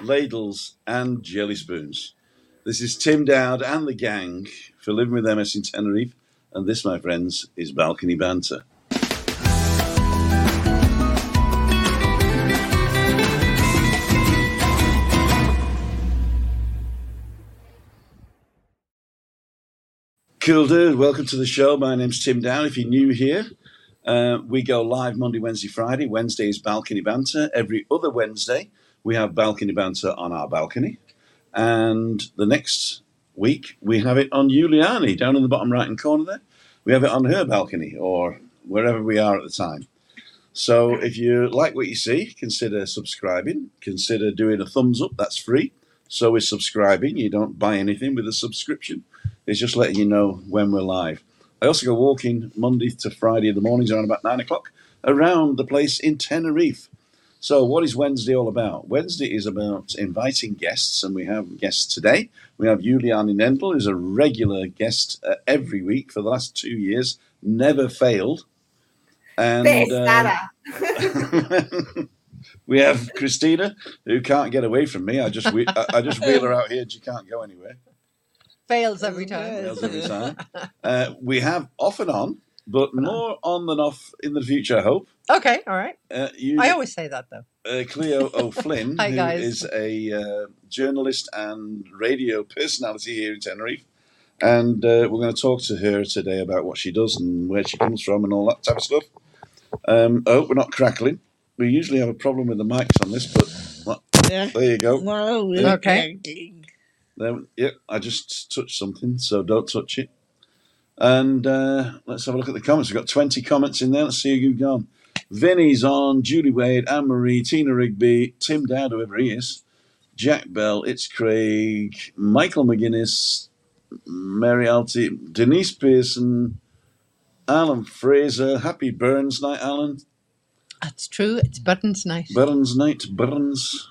ladles, and jelly spoons. This is Tim Dowd and the gang for Living with MS in Tenerife, and this, my friends, is Balcony Banter. Cool dude, welcome to the show. My name's Tim Down. If you're new here, uh, we go live Monday, Wednesday, Friday. Wednesday is Balcony Banter. Every other Wednesday, we have Balcony Banter on our balcony. And the next week, we have it on Giuliani, down in the bottom right hand corner there. We have it on her balcony or wherever we are at the time. So if you like what you see, consider subscribing. Consider doing a thumbs up, that's free. So is subscribing. You don't buy anything with a subscription, it's just letting you know when we're live. I also go walking Monday to Friday in the mornings around about nine o'clock around the place in Tenerife. So, what is Wednesday all about? Wednesday is about inviting guests, and we have guests today. We have Juliani Nendl, who's a regular guest uh, every week for the last two years, never failed. And uh, Pesada. we have Christina, who can't get away from me. I just whe- I, I just wheel her out here, and she can't go anywhere. Fails every time. Fails every time. Uh, we have off and on, but more on than off in the future. I hope. Okay, all right. Uh, you, I always say that though. uh, Cleo O'Flynn, Hi, who guys. is a uh, journalist and radio personality here in Tenerife. And uh, we're going to talk to her today about what she does and where she comes from and all that type of stuff. Um, I hope we're not crackling. We usually have a problem with the mics on this, but well, Yeah. there you go. Well, we Okay. can- There, yep, I just touched something, so don't touch it. And uh, let's have a look at the comments. We've got 20 comments in there. Let's see who've gone. Vinny's on, Julie Wade, Anne Marie, Tina Rigby, Tim Dowd, whoever he is, Jack Bell, It's Craig, Michael McGuinness, Mary Alty, Denise Pearson, Alan Fraser, Happy Burns Night, Alan. That's true. It's buttons night. Burns Night, Burns.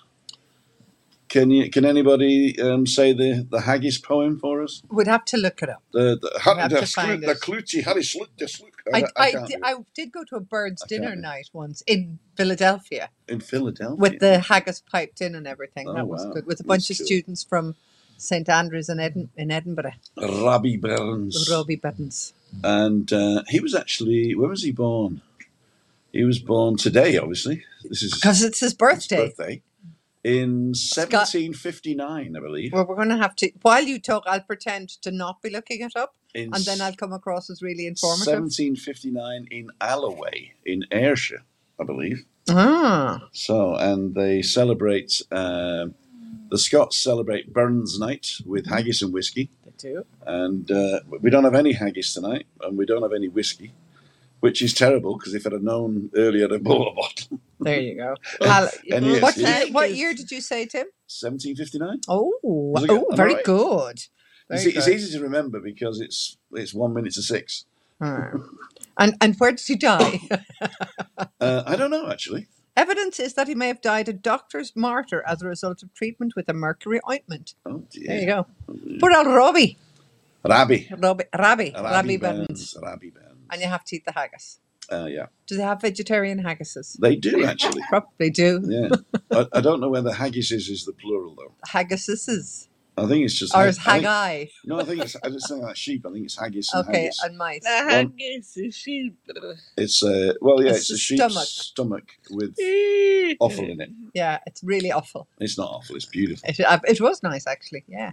Can you? Can anybody um, say the, the Haggis poem for us? Would have to look it up. The the, We'll have the, to find the it. Clutchy Harry Slut the Slut. I, I, can't di- do I did go to a bird's I can't dinner do it. night once in Philadelphia it. in Philadelphia with the haggis piped in and everything. Oh, that was wow. good. With a That's bunch of cool. students from St Andrews in, Edin- in Edinburgh, Robbie Burns, Robbie Buttons. and uh, he was actually when was he born? He was born today, obviously. This is Because it's his his birthday. birthday in 1759, I believe. Well, we're going to have to. While you talk, I'll pretend to not be looking it up, In and then I'll come across as really informative. 1759 in Alloway in Ayrshire, I believe. Ah, So, and they celebrate, um the Scots celebrate Burns Night with Mm-hmm. haggis and whiskey. they do. And uh, we don't have any haggis tonight, and we don't have any whiskey, which is terrible because if I'd have known earlier, I'd have bought a bottle. There you go. Well, Al- and yes, what, it is. year, what year did you say, Tim? 1759? Oh, it oh, good? Am I very right? good. It's, e-, Very it's good. easy to remember because it's it's one minute to six. Hmm. And and where did he die? Uh, I don't know, actually. Evidence is that he may have died a doctor's martyr as a result of treatment with a mercury ointment. Oh, There you dear. go. Poor old Robbie, Rabbi. Robbie, Rabbi, Rabbi Rabbi Burns. Burns. Rabbi Burns. And you have to eat the haggis. Uh, yeah. Do they have vegetarian haggises? They do, actually. Probably do. Yeah. I, I don't know whether haggis is, is the plural, though. Haggises. I think it's just Or hag- is I think- haggai? No, I think it's I just think like sheep. I think it's haggis and Okay, haggis. Ah. and mice. The Um, haggis is sheep. It's uh, well, yeah, It's it's, the a sheep's stomach. stomach. with offal in it. Yeah, it's really awful. It's not awful. It's beautiful. It, uh, it was nice, actually. Yeah,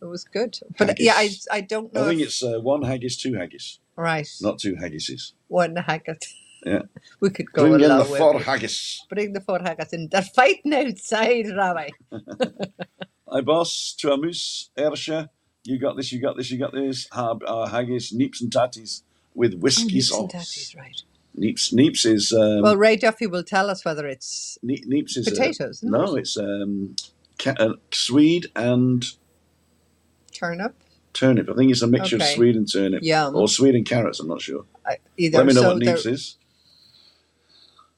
it was good. But uh, yeah, I, Haggis. I don't know. I think if- it's uh, one haggis, two haggis, right. not two haggises. One haggis. Yeah. We could go Bring a in the long way. four haggis. Bring the four haggis in. They're fighting outside, Rabbi. Hi, boss. Tuamus, Ersha. You got this. You got this. You got this. Hab, uh, haggis, neeps and tatties with whiskey Neeps and sauce. tatties, right. Neeps, neeps is oh. um, well, Ray Duffy will tell us whether it's ne- neeps is a- potatoes, isn't no, it? it's um, ca- uh, Swede and Turnip. turnip. I think it's a mixture Okay. of Swede and turnip. Yum. Or Sweden carrots, I'm not sure. I- Either. Let me know so what they're- Neeps is.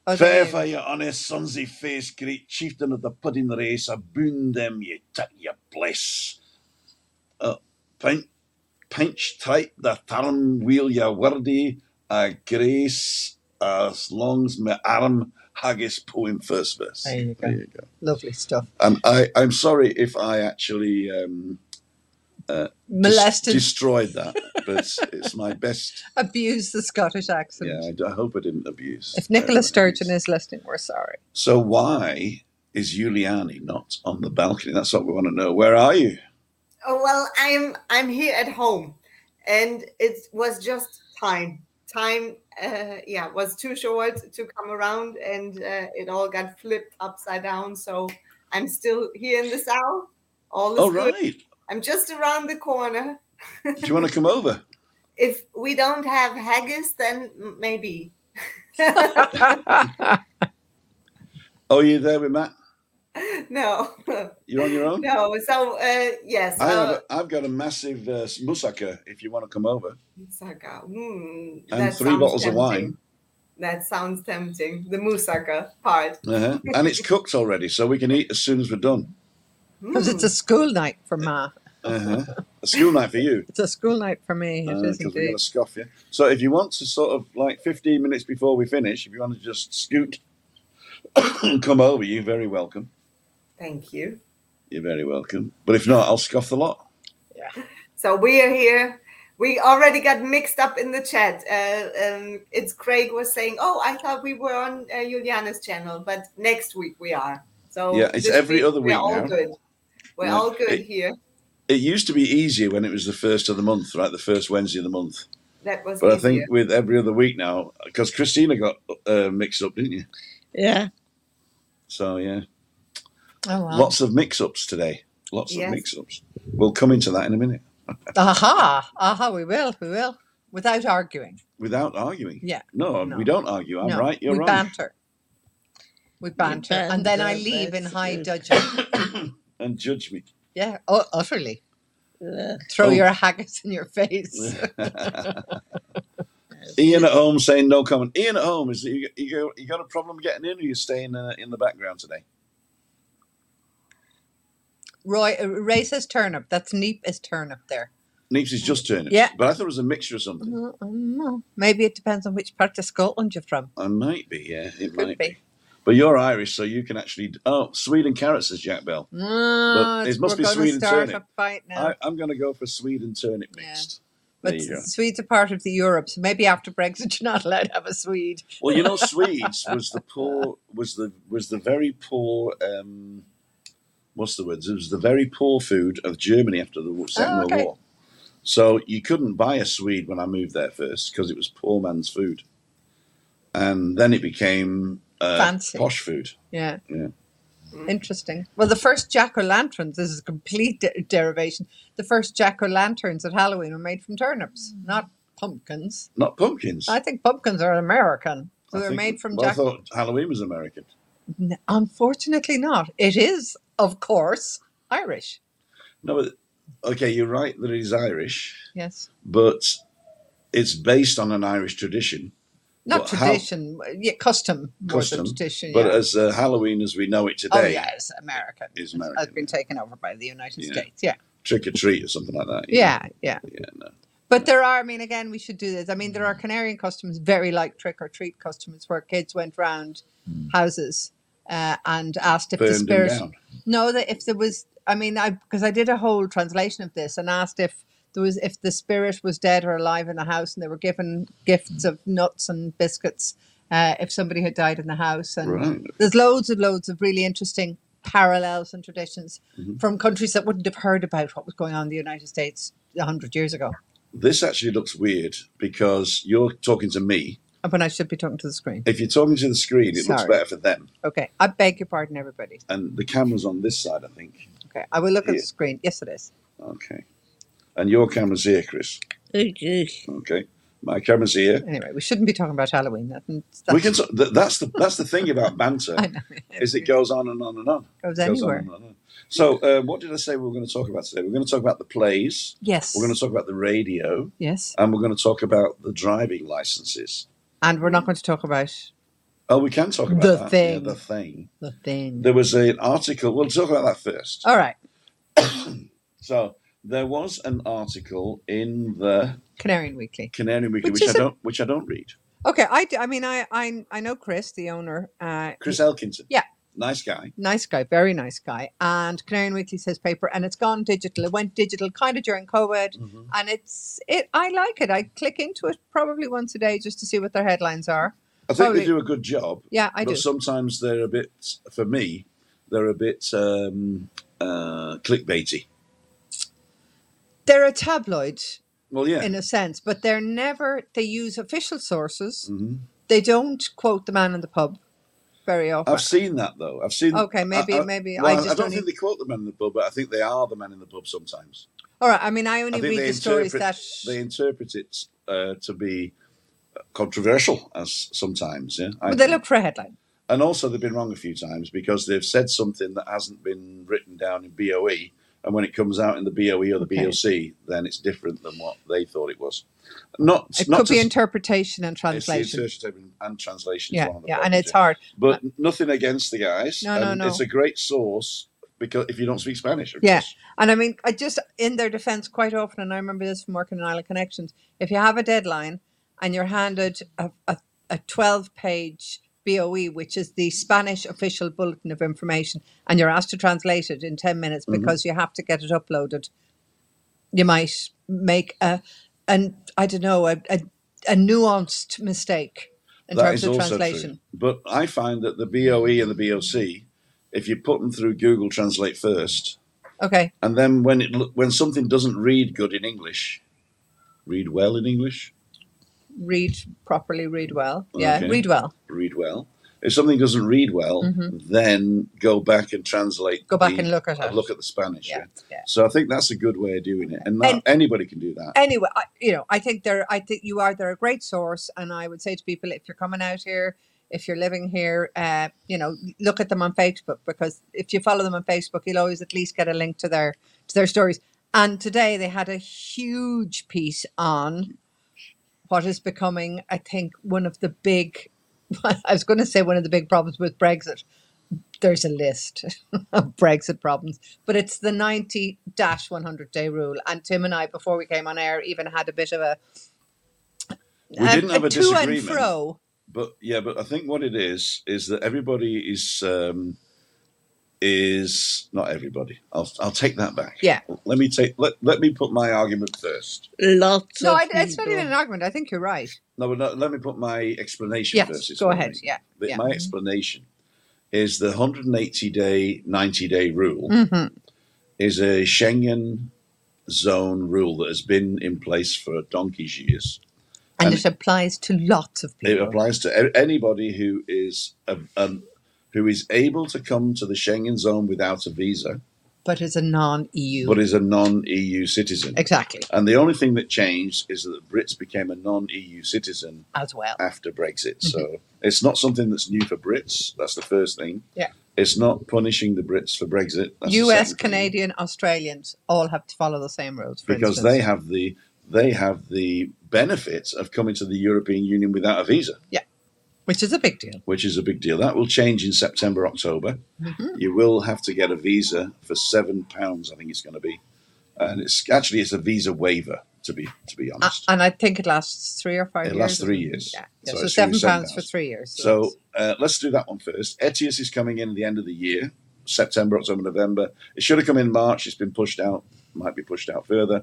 oh, they're- Fair for your honest, sonsy face, great chieftain of the pudding race, I boon them, you take your place. Uh, pinch, pinch tight the turn wheel, your wordy, a grace as long as my Aram Haggis poem first verse. There you go. There you go. Lovely stuff. And I, I'm sorry if I actually um, des- Molested, destroyed that, but it's my best. abused the Scottish accent. Yeah, I, d- I hope I didn't abuse. If I Nicola hope I didn't Sturgeon abuse. is listening, we're sorry. So why is Giuliani not on the balcony? That's what we want to know. Where are you? Oh well, I'm I'm here at home, and it was just time. Time, uh, yeah, was too short to come around, and uh, it all got flipped upside down. So I'm still here in the south. All is All good. Oh, right. I'm just around the corner. Do you want to come over? If we don't have haggis, then m- maybe. Oh, you there with Matt? no, You're on your own. no. So uh, yes, I have uh, a, I've got a massive uh, moussaka if you want to come over, moussaka. Mm, and that three sounds bottles of tempting. wine, That sounds tempting. The moussaka part. uh-huh. and it's cooked already, so we can eat as soon as we're done. Because Mm, it's a school night for Ma. Uh-huh. a school night for you, It's a school night for me. It because is we're indeed. gonna scoff you. So if you want to sort of like 15 minutes before we finish, if you want to just scoot and come over, you're very welcome. Thank you. You're very welcome. But if not, I'll scoff the lot. So we are here. We already got mixed up in the chat. Uh, um, it's Craig was saying, "Oh, I thought we were on uh, Juliana's channel, but next week we are." So Yeah, it's this every other We're week all now. good. We're Yeah. all good It- here. It used to be easier when it was the first of the month, right? The first Wednesday of the month. That was But I easier. think with every other week now, because Christina got uh, mixed up, didn't you? Yeah. So yeah, Oh, wow. lots of mix-ups today. Lots Yes. of mix-ups. We'll come into that in a minute Aha, aha, we will, we will. Without arguing. without arguing. Yeah. No, No. we don't argue. I'm no, right. You're we wrong. banter. We banter. And then I banter, leave in that's high good. dudgeon. and judge me. Yeah, oh, utterly. Yeah. Throw Oh. your haggis in your face. Ian at home saying no comment. Ian at home is you, you, you got a problem getting in, or you staying uh, in the background today? Roy, uh, Ray says turnip. That's neep is turnip there. Neeps is just turning. Mm. Yeah. but I thought it was a mixture of something. Mm, I don't know. Maybe it depends on which part of Scotland you're from. I might be. Yeah, it Could might be. But you're Irish, so you can actually. Oh, Sweden carrots says Jack Bell. Mm, it it's- must we're be going Sweden to start turnip. a fight now. I, I'm going to go for Sweden turnip Yeah. mixed. but There Ah, you go. Swedes are part of the Europe, so maybe after Brexit you're not allowed to have a Swede. Well, you know, Swedes was the poor, was the was the very poor. Um, what's the words? It was the very poor food of Germany after the Second Oh, okay. World War. So you couldn't buy a Swede when I moved there first because it was poor man's food, and then it became uh, Fancy. posh food. Yeah. Yeah. Mm. Interesting. Well, the first jack o' lanterns, this is a complete de- derivation. The first jack o' lanterns at Halloween were made from turnips, not pumpkins. Not pumpkins. I think pumpkins are American. So I they're think- made from well, I jack. thought Halloween was American. N- Unfortunately, not. It is, of course, Irish. No, but okay, you're right that it is Irish, Yes. but it's based on an Irish tradition. Not Well, how- tradition, yeah, custom more Custom, than tradition. But yeah. as uh, Halloween as we know it oh, today, yeah, it's American. is Has American. been taken over by the United Yeah. States. Yeah. trick or treat or something like that. you know? Yeah. Yeah. yeah, no. But there are, I mean, again, we should do this. I mean, there are Mm. Canarian customs very like trick or treat customs where kids went round houses uh, and asked if the Mm. Burned them spirit. down. No, that if there was, I mean, I because I did a whole translation of this and asked if there was if the spirit was dead or alive in the house, and they were given Mm. gifts of nuts and biscuits uh, if somebody had died in the house. And Right. there's loads and loads of really interesting parallels and traditions Mhm. from countries that wouldn't have heard about what was going on in the United States hundred years ago. This actually looks weird because you're talking to me. Oh, But I should be talking to the screen. If you're talking to the screen, it looks Sorry. better for them. Okay. I beg your pardon, everybody. And the camera's on this side, I think. Okay. I will look at Yeah. the screen. Yes, it is. Okay. And your camera's here, Chris. Oh, jeez. Okay. My camera's here. Anyway, we shouldn't be talking about Halloween. That, that's, we can. T- th- that's the that's the thing about banter I know. is it goes on and on and on. goes Goes on anywhere. and on and on. So uh, what did I say we were going to talk about today? We're going to talk about the plays. Yes. We're going to talk about the radio, yes. and we're going to talk about the driving licenses. And we're not going to talk about Oh, we can talk about The that. thing. Yeah, the thing. the thing. There was an article. We'll talk about that first. All right. So there was an article in the Canarian Weekly. Canary Weekly, Which which, I is a- don't, which I don't read. Okay, I, d- I mean, I, I, I know Chris, the owner. Uh, Chris Elkinson. Yeah. Nice guy. nice guy, very nice guy. And Canarian Weekly's his paper, and it's gone digital. It went digital kind of during COVID, Mhm. and it's it. I like it. I click into it probably once a day just to see what their headlines are. I think Probably. they do a good job. Yeah, Oh, I but do. sometimes they're a bit, for me, they're a bit um, uh, clickbaity. They're a tabloid Well, yeah. in a sense, but they're never. They use official sources. Mhm. They don't quote the man in the pub very often. I've seen that though. I've seen. Okay, maybe- I, I, maybe Oh, I well, just I don't only- think they quote the men in the pub, but I think they are the men in the pub sometimes. All right. I mean, I only I think read they the stories interpret- that. They interpret it uh, to be controversial as sometimes. Yeah, I But they think. look for a headline. and also they've been wrong a few times because they've said something that hasn't been written down in BOE, and when it comes out in the BOE or the Okay. BOC, then it's different than what they thought it was. Not It not could to- be interpretation and it's the translation. interpretation and translation. is Yeah, one of the yeah, and problems, it's hard. but nothing against the guys. Uh, No, no, and no. It's a great source because if you don't speak Spanish, of Yeah. course. And I mean, I just in their defense quite often, and I remember this from working in Island Connections. If you have a deadline and you're handed a, a, a 12 page BOE, E, which is the Spanish official bulletin of information, and you're asked to translate it in 10 minutes Mhm. because you have to get it uploaded, you might make a, an, I don't know, a, a, a nuanced mistake in That terms is of also translation. True. But I find that the BOE and the BOC, if you put them through Google Translate first, Okay. and then when it lo- when something doesn't read good in English, read well in English, Read properly, read well. Yeah, Okay. read well. read well. If something doesn't read well, then go back and translate. Mm-hmm. Go back the- and look at it. look at the Spanish. Yeah, Yeah. yeah. So I think that's a good way of doing it, and, that, And- anybody can do that. anyway, I, you know, I think they're, I think you are, they're a great source. And I would say to people, if you're coming out here, if you're living here, uh, you know, look at them on Facebook because if you follow them on Facebook, you'll always at least get a link to their to their stories. And today they had a huge piece on what is becoming, I think, one of the big. I was going to say one of the big problems with Brexit. There's a list of Brexit problems, but it's the 90 100 day rule. And Tim and I, before we came on air, even had a bit of a, um, We didn't have a to and disagreement. fro. But yeah, but I think what it is is that everybody is um, is not everybody. I'll I'll take that back. Yeah. Let me take let, let me put my argument first. Lots No, of I, it's not people. even an argument. I think you're right. No, but no, let me put my explanation first. Yes, is go what I ahead. mean. Yeah. But yeah. Mm-hmm. My explanation is the 180 day, 90 day rule hmm is a Schengen zone rule that has been in place for donkey's years. And, And- it applies to lots of It people. applies to a- anybody who is a, um, who is able to come to the Schengen zone without a visa. but it's a non EU. but is a non-EU citizen. Exactly. And the only thing that changed is that the Brits became a non-EU citizen As well. after Brexit. So it's not something that's new for Brits. That's the first thing. Mm-hmm. Yeah. It's not punishing the Brits for Brexit. That's the US, second thing. Canadian, Australians all have to follow the same rules. For because instance. they have the they have the benefits of coming to the European Union without a visa, Which is a big deal. Mm-hmm. which is a big deal. That will change in September, October. You will have to get a visa for seven pounds. I think it's going to be, and it's actually it's a visa waiver to be to be A- honest. and I think it lasts three or five It years. lasts three isn't years. it? Yeah. So yeah. So, it's seven really seven pounds for pounds. three years. So that's- uh, let's do that one first. Etias is coming in at the end of the year, September, October, November. It should have come in March. It's been pushed out. Might be pushed out further.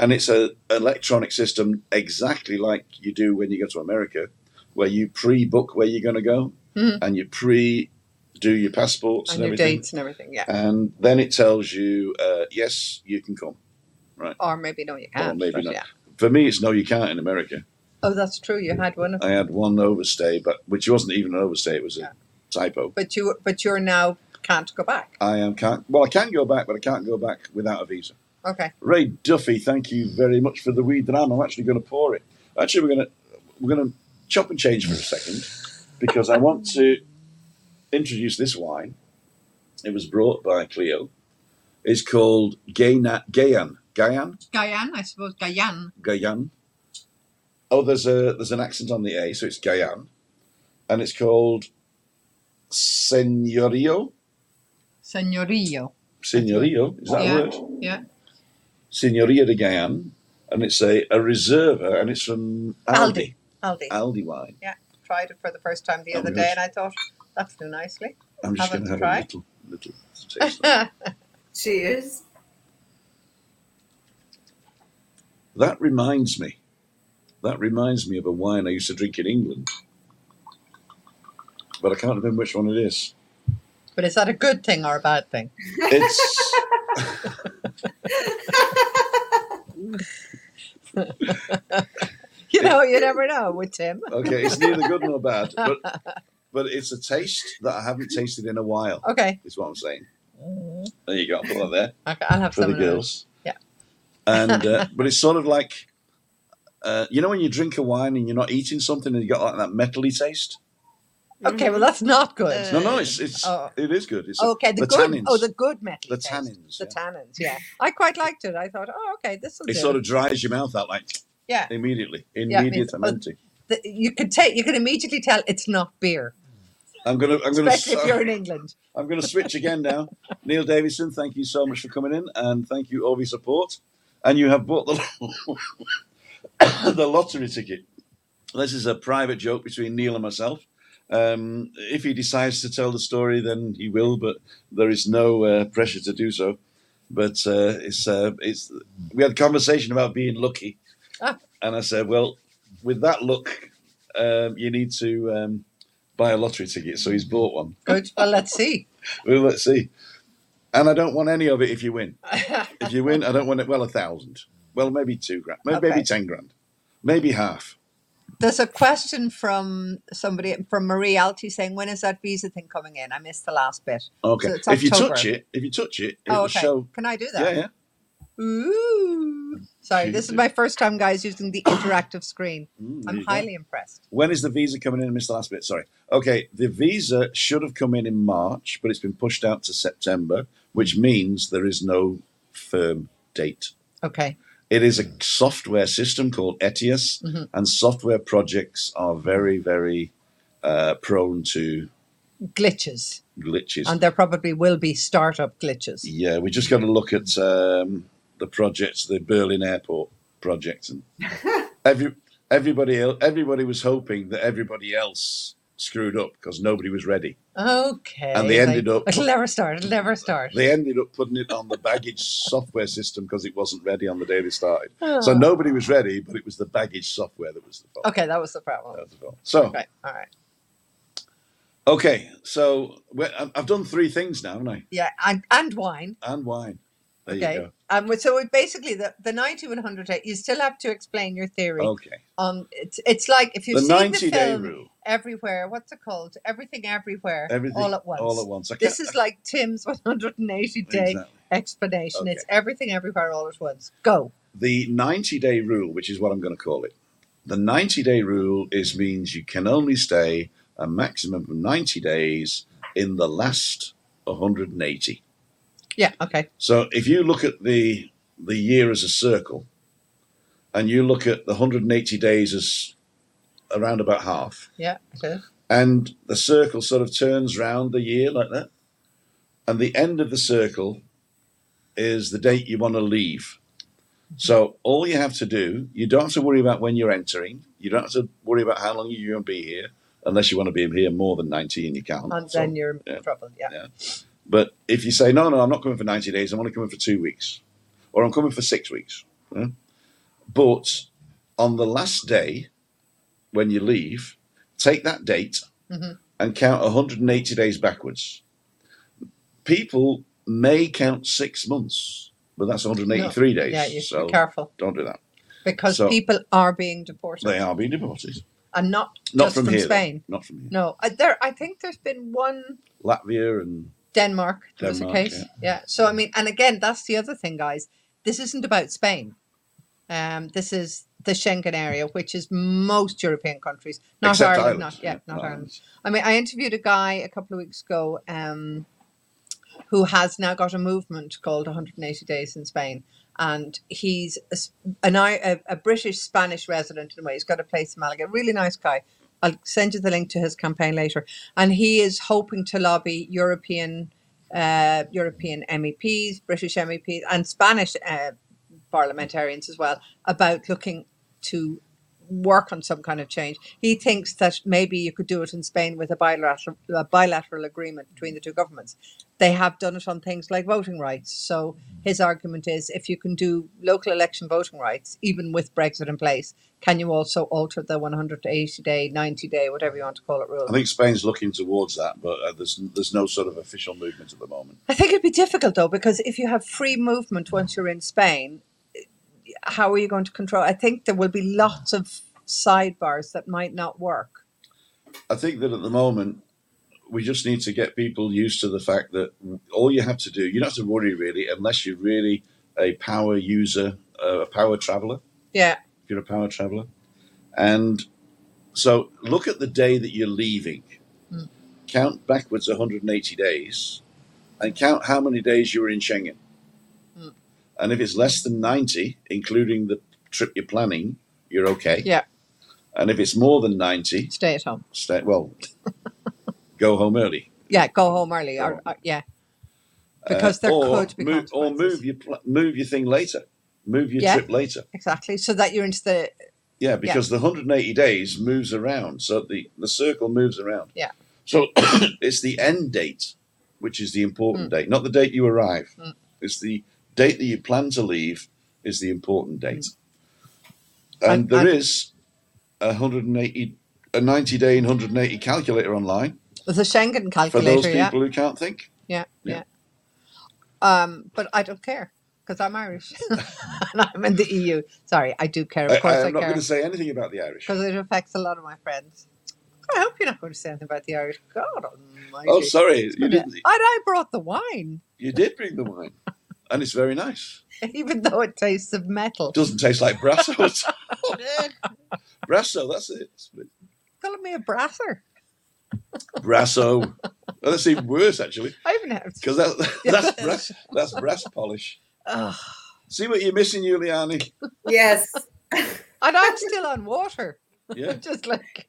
And it's a electronic system exactly like you do when you go to America, where you pre-book where you're going to go Mhm. and you pre-do your passports and, and your everything. dates and everything. Yeah. And then it tells you, uh, yes, you can come. Or maybe no, you can't. maybe but not. Yeah. For me, it's no, you can't in America. Oh, that's true. You had one, of- I had one overstay, but which wasn't even an overstay. It was a Yeah. typo. but you but you're now can't go back. I am can't. Well, I can go back, but I can't go back without a visa. Okay. Ray Duffy, thank you very much for the weed ram. I'm actually going to pour it. Actually, we're going to we're going to chop and change for a second because I want to introduce this wine. It was brought by Clio. It's called Gayna, Gayan. Gayan. Guyane, I suppose. Guyane. Gayan. Oh, there's a there's an accent on the A, so it's Gayan, and it's called Senorio. Signorillo. Senorio is that Yeah. a word? Yeah. Signoria de Gayan, and it's a, a reserva, and it's from Aldi. Aldi. Aldi. Aldi wine. Yeah, tried it for the first time the Oh, other good. day, and I thought that'll do nicely. I'm just Have going a to have try. a little, little taste. Cheers. that reminds me. That reminds me of a wine I used to drink in England, but I can't remember which one it is. but is that a good thing or a bad thing? It's You know, you never know with Tim. okay. It's neither good nor bad, but but it's a taste that I haven't tasted in a while. Okay, Is what I'm saying. There you go. Put that there okay I'll have Mm. for some. the of those. girls. Yeah. And uh, but it's sort of like uh, you know when you drink a wine and you're not eating something and you got like that metally taste. Okay, well that's not Uh, good. No, no, it's it's Oh. it is good. It's okay, the, the good. tannins. Oh, the good metal. the taste. tannins. The yeah. tannins. Yeah, I quite liked it. I thought, oh, okay, this will It do. sort of dries your mouth out like yeah, immediately. Yeah, it means- Immediatamente. The- you could take. You can immediately tell it's not beer, I'm gonna I'm gonna especially if you're in England. I'm gonna switch again now. Neil Davidson, thank you so much for coming in and thank you all for your support. And you have bought the the lottery ticket. This is a private joke between Neil and myself. Um, if he decides to tell the story, then he will, but there is no uh, pressure to do so. But uh, it's uh, it's we had a conversation about being lucky, Ah. and I said, well, with that luck, um, you need to um, buy a lottery ticket. So he's bought one. Good. Well, let's see. Well, let's see. And I don't want any of it if you win. If you win, I don't want it. Well, a thousand. Well, maybe two grand. Maybe, Okay. maybe ten grand. Maybe half. There's a question from somebody from Marie Alty saying, "When is that visa thing coming in?" I missed the last bit. Okay. So it's if you touch October. it, if you touch it, it Oh, will okay. show. Can I do that? Yeah, yeah. Ooh. Sorry, this is Jesus. my first time, guys, using the interactive screen. Mm, there I'm you go. highly impressed. When is the visa coming in? I missed the last bit. Sorry. Okay. The visa should have come in in March, but it's been pushed out to September, Hmm. which means there is no firm date. Okay. It is a Hmm. software system called ETIAS, Mhm. and software projects are very, very uh, prone to Glitches. glitches. And there probably will be startup glitches. Yeah, we just got to look at um, the projects, the Berlin airport project, and every everybody el- everybody was hoping that everybody else screwed up because nobody was ready. Okay. And they ended up- It'll never start. It'll never start. They ended up putting it on the baggage software system because it wasn't ready on the day they started. So Oh. nobody was ready, but it was the baggage software that was the fault. Okay, that was the problem. That was the fault. So Okay. All right. okay, so we- I- I've done three things now, haven't I? Yeah. And, and wine. And wine. There you Okay. go. Um, so we basically, the, the 90 100 day, you still have to explain your theory. Okay. Um, it's, it's like if you've Oh. the seen the ninety day film rule. Everywhere, what's it called? Everything Everywhere, Everything all at once. All at once. I This can't- is like Tim's 180 day Exactly. explanation. Okay. It's everything, everywhere, all at once. Go. the 90 day rule, which is what I'm going to call it. The 90 day rule is means you can only stay a maximum of 90 days in the last 180. Yeah. Okay. So if you look at the the year as a circle and you look at the 180 days as around about half Yeah. It Oh, is. and the circle sort of turns round the year like that and the end of the circle is the date you want to leave. So all you have to do, you don't have to worry about when you're entering. You don't have to worry about how long you're going to be here, unless you want to be here more than 90 and you can't. And So- then you're in yeah. trouble. Yeah. Yeah. but if you say, no, no, I'm not coming for 90 days, I'm only coming for two weeks, or I'm coming for six weeks. yeah? But on the last day, when you leave, take that date Mhm. and count 180 days backwards. People may count six months, but that's 183 days. Yeah. You should so be careful don't do that. because So- people are being deported They are being deported. and not, Not just from, from, here. though. Spain. Not from here. No. I, there. I think there's been one Latvia and Denmark. There was a Denmark, case. Yeah. So I mean, and again, that's the other thing, guys. This isn't about Spain. Um, this is the Schengen area, which is most European countries, not except Ireland, Ireland. not yeah, not Ireland. Ireland. I mean, I interviewed a guy a couple of weeks ago um, who has now got a movement called 180 Days in Spain. And he's a, s- an, I- a, a British Spanish resident in a way. He's got a place in Malaga. Really nice guy. I'll send you the link to his campaign later. And he is hoping to lobby European uh, European MEPs, British E MEPs, and Spanish uh, parliamentarians as well about looking to work on some kind of change. He thinks that maybe you could do it in Spain with a bilateral a bilateral agreement between the two governments. They have done it on things like voting rights. So his argument is if you can do local election voting rights, even with Brexit in place, can you also alter the 180 day, 90 day, whatever you want to call it, rule? I think Spain's looking towards that, but uh, there's there's no sort of official movement at the moment. I think it'd be difficult though, because if you have free movement once you're in Spain, how are you going to control? I think there will be lots of sidebars that might not work. I think that at the moment we just need to get people used to the fact that all you have to do, you don't have to worry really, unless you're really a power user, uh, a power traveller. Yeah, If you're a power traveller, and so look at the day that you're leaving, Mm. count backwards 180 days, and count how many days you were in Schengen. Mm. And if it's less than 90, including the trip you're planning, you're okay. yeah. And if it's more than 90, Stay at home. stay, well, go home early. Yeah, go home early. Go Or, home. or- yeah, Uh, because there or could be move, or consequences. move your pl- move your thing later, move your Yeah. trip later. exactly. So that you're into the Yeah, because the 180 days moves around, so the the circle moves around. Yeah. So it's the end date, which is the important date, not the date you arrive. Mm. It's the date that you plan to leave is the important date, And- and there and- is a 180 a 90 day and 180 calculator online the Schengen for those calculator. people Yeah, who can't think. yeah, yeah. Yeah. Um, but I don't care because I'm Irish and I'm in the EU. Sorry, I do care. I, Of course, I, I am not care going to say anything about the Irish. because it affects a lot of my friends. I hope you're not going to say anything about the Irish. God Almighty! Oh, sorry, you Yeah. didn't. And I brought the wine, You did bring the wine, and it's very nice. even though it tastes of metal. It doesn't taste like Brasso's. Good. Brasso, that's it. Calling me a brasser. Brasso. Well, that's even worse actually, I even have. because that, that's brass. That's brass polish. Ugh. See what you're missing, Giuliani. Yes. And I'm still on water. Yeah. Just like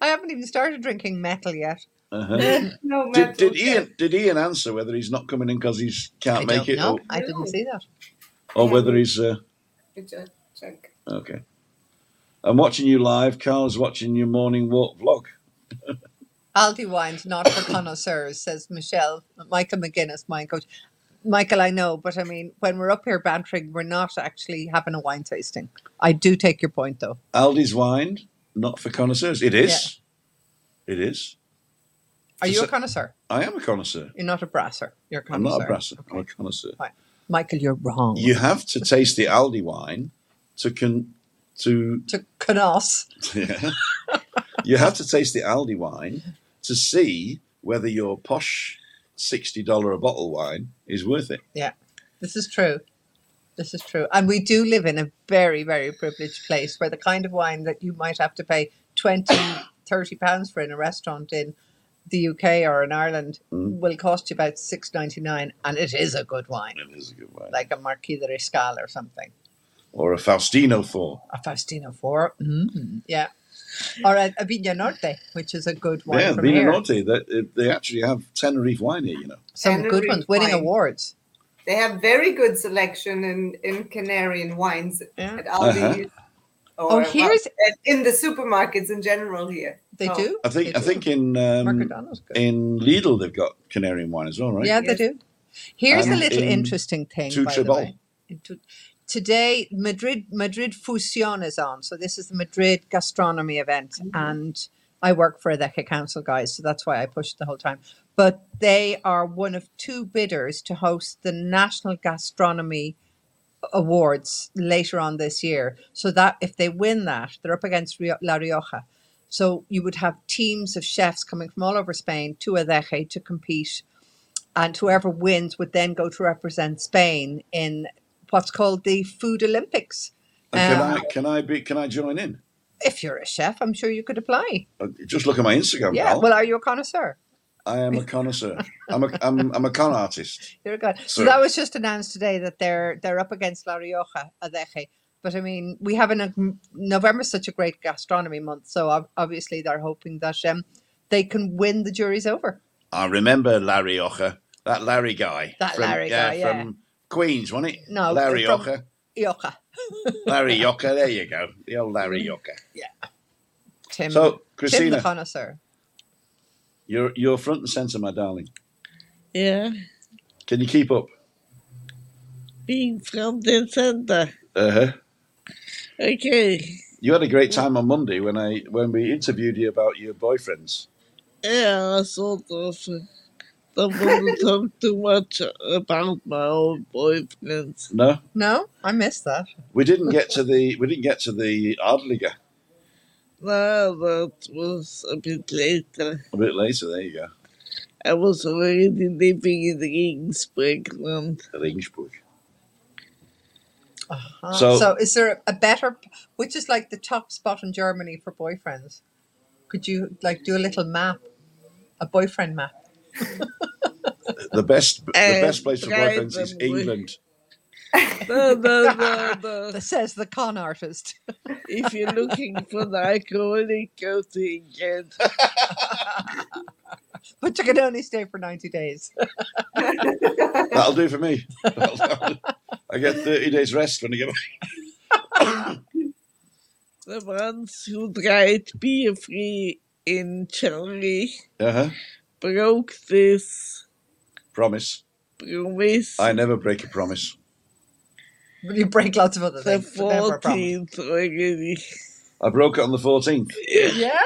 I haven't even started drinking metal yet. Uh-huh. No matter. Did, did Ian did Ian answer whether he's not coming in because he can't I make don't it, know. or, I didn't see that. or whether he's uh, Did you check? okay? I'm watching you live. Carl's watching your morning walk vlog. Aldi wines not for connoisseurs, says Michelle Michael McGuinness, wine coach. Michael, I know, but I mean, when we're up here bantering, we're not actually having a wine tasting. I do take your point, though. Aldi's wine, not for connoisseurs. It is. It is. Are you a So- connoisseur? I am a connoisseur. You're not a brasser. You're a I'm connoisseur. not a brasser. I'm a Okay. connoisseur. Michael, you're wrong. You have to taste the Aldi wine to con to to connoisse. Yeah. you have to taste the Aldi wine to see whether your posh sixty dollar a bottle wine is worth it. This is true. This is true. And we do live in a very, very privileged place where the kind of wine that you might have to pay 20, 30 pounds for in a restaurant in the UK or in Ireland Mm. will cost you about six ninety nine and it is a good wine. It is a good wine. Like a Marquis de Riscal or something. Or a Faustino for. A Faustino Four. Mm, yeah. Or a, a Vigna Norte, which is a good wine yeah, from Vino here. Norte. They, they actually have Tenerife wine here, you know. Some good Tenerife ones, winning wine. awards. They have very good selection in in Canarian wines Yeah. at Aldi. Uh-huh. Or Oh, well, here's at- in the supermarkets in general here. they Oh. do. I think They I do. think in Mark um, O'Donnell's good. in Lidl they've got Canarian wine as well, right? Yeah, they Yes. do. Here's a And little in interesting thing, Two by the Trebol. way. In Tu- Today, Madrid Madrid Fusion is on, so this is the Madrid gastronomy event, Mm. and I work for the council guys, so that's why I pushed the whole time. But they are one of two bidders to host the National Gastronomy Awards later on this year. So that if they win that, they're up against Rio- La Rioja. So you would have teams of chefs coming from all over Spain to Adeje to compete and whoever wins would then go to represent Spain in what's called the Food Olympics. And can Um, I can I be can I join in? if you're a chef, I'm sure you could apply. Uh, Just look at my Instagram, yeah. pal. Well, are you a connoisseur? I am a connoisseur. I'm a I'm, I'm a con artist. You're a con- So Sure. that was just announced today that they're they're up against La Rioja Adeje. But I mean, we have an November's such a great gastronomy month, so ob- obviously they're hoping that um, they can win the juries over. I remember Larry Ocher, that Larry guy. That Larry guy, yeah. From Queens, wasn't it? No, Larry from- Ocher. Yoka. Larry Yocker, there you go. The old Larry Yocker. Tim, So, Mm-hmm. Tim the Christina, connoisseur. you're, you're front and centre, my darling. yeah. Can you keep up? Being from the center. Uh huh. Okay. You had a great time on Monday when I when we interviewed you about your boyfriends. Yeah, I sort of. Someone talk too much about my own boyfriends. No, No, I missed that. we didn't get to the we didn't get to the Adliger No, that was a bit later. a bit later. There you go. I was already living in Regensburg. At Innsbruck. Uh-huh. So- So, is there a better, which is like the top spot in Germany for boyfriends? Could you like do a little map, a boyfriend map? The best the Um, Uh, best place for boyfriends is probably. England. No, no, no, no. That says the con artist. if you're looking for the alcoholic, go to England. But you can only stay for 90 days. That'll do for me. I get thirty days rest when I get back. The ones who tried beer free in Chile uh huh. broke this Promise. promise. I never break a promise. But you break lots of other the things. but never a promise. 14th already. I broke it on the fourteenth. Yeah?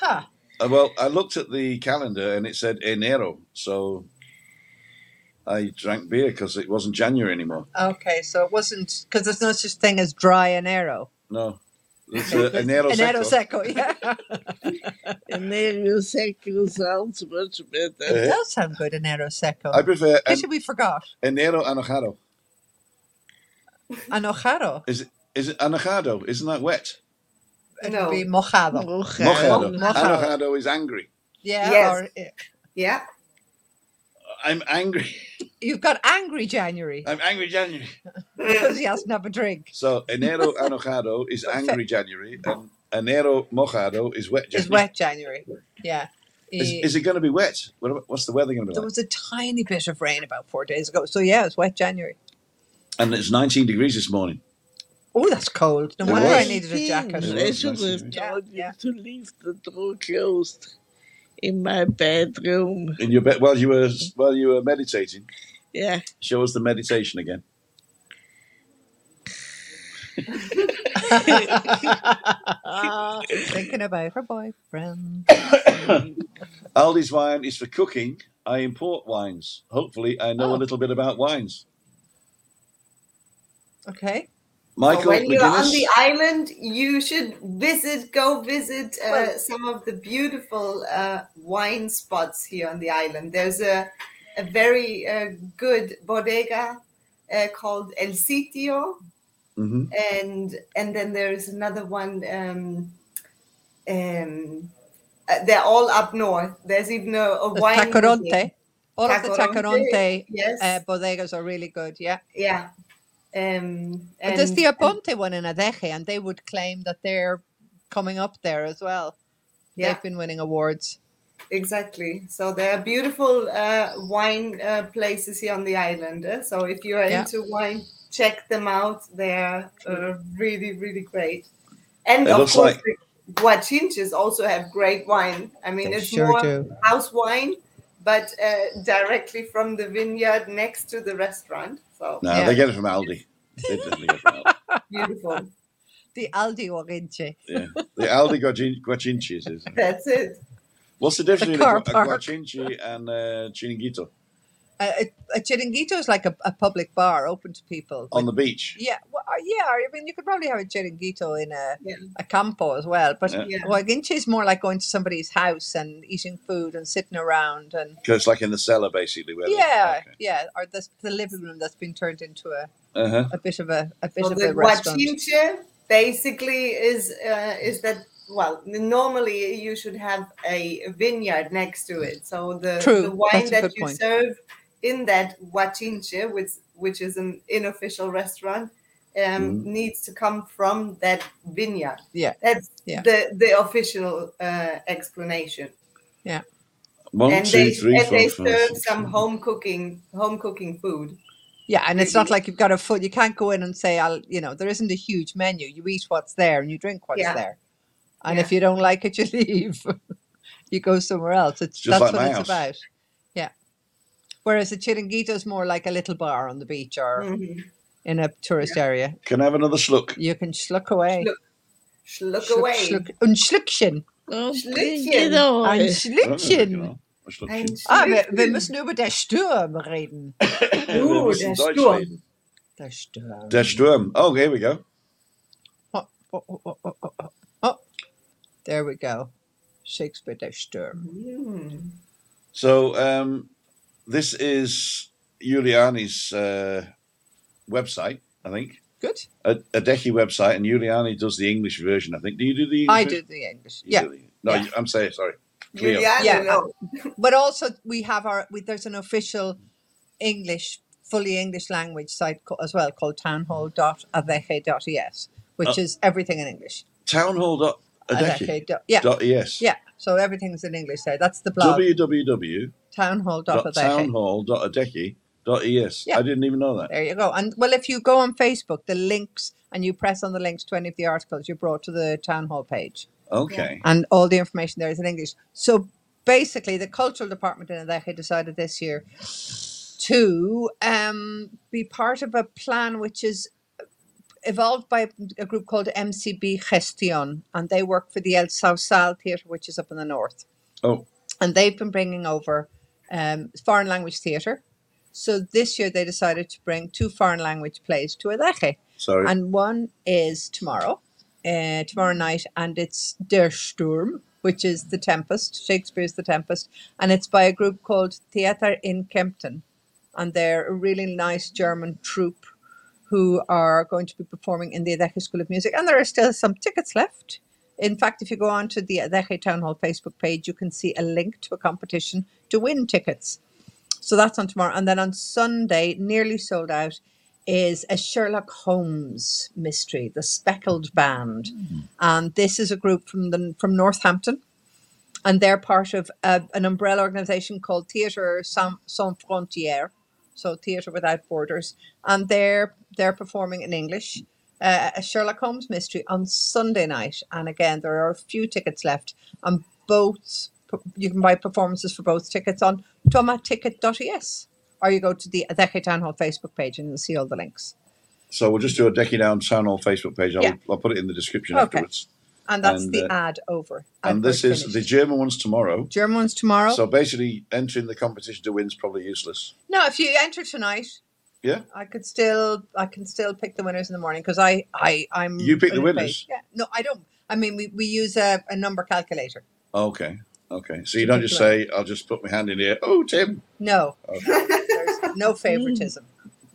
Huh. Uh, Well, I looked at the calendar and it said Enero, so I drank beer because it wasn't January anymore. Okay, so it wasn't, because there's no such thing as dry and arrow. No, it's uh, Enero. An arrow secco. Uh-huh. seco, yeah. And then your second sounds much better. Uh, It does sound good, an arrow seco. I prefer en- Pity we forgot. Enero Anojado. An ojaro. Is it, is it Anojado? Isn't that wet? It No. would be mojado. Mojado. Mojado. Mojado. Anojado is angry. Yeah. Yes. Or, yeah. I'm angry. you've got angry January I'm angry January. because he hasn't had a drink. So Enero Anojado is angry January, and Enero Mojado is wet January. It's wet January. Yeah. Is, Eh, is it going to be wet? What about, what's the weather going to be there like? was a tiny bit of rain about four days ago. So, yeah, it's wet January. And it's 19 degrees this morning. Oh, that's cold. No It wonder I was. needed a jacket. It I was should nice, have yeah. told you Yeah, to leave the door closed in my bedroom. In your bed, while you were while you were meditating, Yeah. show us the meditation again. Thinking about her boyfriend. Aldi's wine is for cooking. I import wines. Hopefully, I know Oh. a little bit about wines. Okay. Michael Oh, when you're on McGuinness. the island, you should visit, go visit uh, Well- some of the beautiful uh, wine spots here on the island. There's a, a very uh, good bodega uh, called El Sitio, Mhm. and and then there's another one. Um, um, uh, they're all up north. There's even a, a The wine. Tacoronte. All of the Tacoronte, Tacoronte Yes. uh, bodegas are really good. Yeah. yeah. Um, But there's the and- Aponte one in Adeje, and they would claim that they're coming up there as well. yeah. They've been winning awards. Exactly. So there are beautiful uh, wine uh, places here on the island. eh? So if you are Yeah. into wine, check them out. They're uh, really, really great. And It of looks course, like- the Guachinches also have great wine. I mean, it's more do. house wine, but uh, directly from the vineyard next to the restaurant. So No, Yeah. they get it from Aldi. They definitely get it from Aldi. beautiful. The Aldi Orinche. Yeah. The Aldi guachin- guachinchis is. That's it. What's the difference The between a, car gua- a park. guachinchi and a chiringuito A, a chiringuito is like a, a public bar open to people. on the beach? yeah, well, uh, yeah. I mean, you could probably have a chiringuito in a, Yeah. a campo as well. But Yeah. Yeah. guaguinche is more like going to somebody's house and eating food and sitting around and 'Cause it's like in the cellar, basically. Where they- yeah, okay. yeah. Or this, the living room that's been turned into a, Uh-huh. a bit of a a bit So of the a restaurant. guachinche basically is uh, is that well normally you should have a vineyard next to it. So the, True, the wine that's a that good you point. serve in that guachinche, which which is an unofficial restaurant, um, Mhm. needs to come from that vineyard. Mm-hmm. Yeah. That's Yeah. the the official uh, explanation. One, and two, they three, and four, they five, serve six, some seven. home cooking home cooking food. Yeah, and it's not like you've got a full. You can't go in and say, "I'll," you know, there isn't a huge menu. You eat what's there and you drink what's Yeah. there, and if Yeah. you don't like it, you leave. you go somewhere else. It's Just that's like what my it's house. about. Yeah. Whereas the chiringuito is more like a little bar on the beach or Mhm. in a tourist area. Can I have another sluck? You can schluck away. Schluck Schluck Schluck, away. Oh, schluck- und schluckchen. Oh, Schlückchen. get Oh, Ein away. I don't know if I can Schlückchen. have a sluck. Ein Ah, wir, wir Schlückchen. müssen über der Sturm reden. Wir Oh, müssen der Deutsch Sturm. reden. Der Sturm. Der Sturm. Oh, here we go. Oh, oh, oh, oh, oh, oh, oh, oh. There we go. Shakespeare, der Sturm. Mhm. So um, this is Giuliani's uh, website, I think. Good. A, a Deki website, and Giuliani does the English version, I think. Do you do the English I ver- do the English. You Yeah. do the- No, yeah. you- I'm saying, sorry. Cleo. Juliana, Yeah. no. but also we have our we, there's an official english fully english language site co- as well called townhall.adeje.es E which Oh. is everything in english Townhall.adeki.es. Adeje dot- yeah Yes. yeah so everything's in english there that's the blog www.townhall.adeki.es. townhall.adeje E I didn't even know that. there you go and well if you go on facebook the links and you press on the links to any of the articles you're brought to the town hall page Okay. and all the information there is in English. So basically, the cultural department in Adeje decided this year to um, be part of a plan which is evolved by a group called MCB Gestion, and they work for the El Sausal Theatre, which is up in the north Oh, and they've been bringing over um, foreign language theatre. So this year they decided to bring two foreign language plays to Adeje, sorry. and one is tomorrow, uh, tomorrow night, and it's Der Sturm, which is The Tempest, Shakespeare's The Tempest, and it's by a group called Theater in Kempten, and they're a really nice German troupe who are going to be performing in the Adeje School of Music, and there are still some tickets left. In fact, if you go onto the Adeje Town Hall Facebook page, you can see a link to a competition to win tickets. So that's on tomorrow. And then on Sunday, nearly sold out, is a Sherlock Holmes mystery, The Speckled Band. And this is a group from the from Northampton. And they're part of a, an umbrella organization called Theatre Sans, Sans Frontières, so Theatre Without Borders. And they're they're performing in English uh, a Sherlock Holmes mystery on Sunday night. And again, there are a few tickets left. And both, you can buy performances for both tickets on tomaticket.es. Or you go to the Adeche Town Hall Facebook page and you'll see all the links. So we'll just do a Decky Down Town Hall Facebook page. I'll, Yeah. I'll put it in the description Okay. afterwards. And that's And, the uh, ad over. And Advert this is the finished. German one's tomorrow. German ones tomorrow. So basically, entering the competition to win's probably useless. no, if you enter tonight, Yeah. I could still I can still pick the winners in the morning because I I I'm You pick the in a winners? phase- Yeah. No, I don't. I mean, we, we use a, a number calculator. Okay. Okay. So you To don't pick just the say, I'll just put my hand in here. Oh, Tim. No, Okay. there's no favoritism.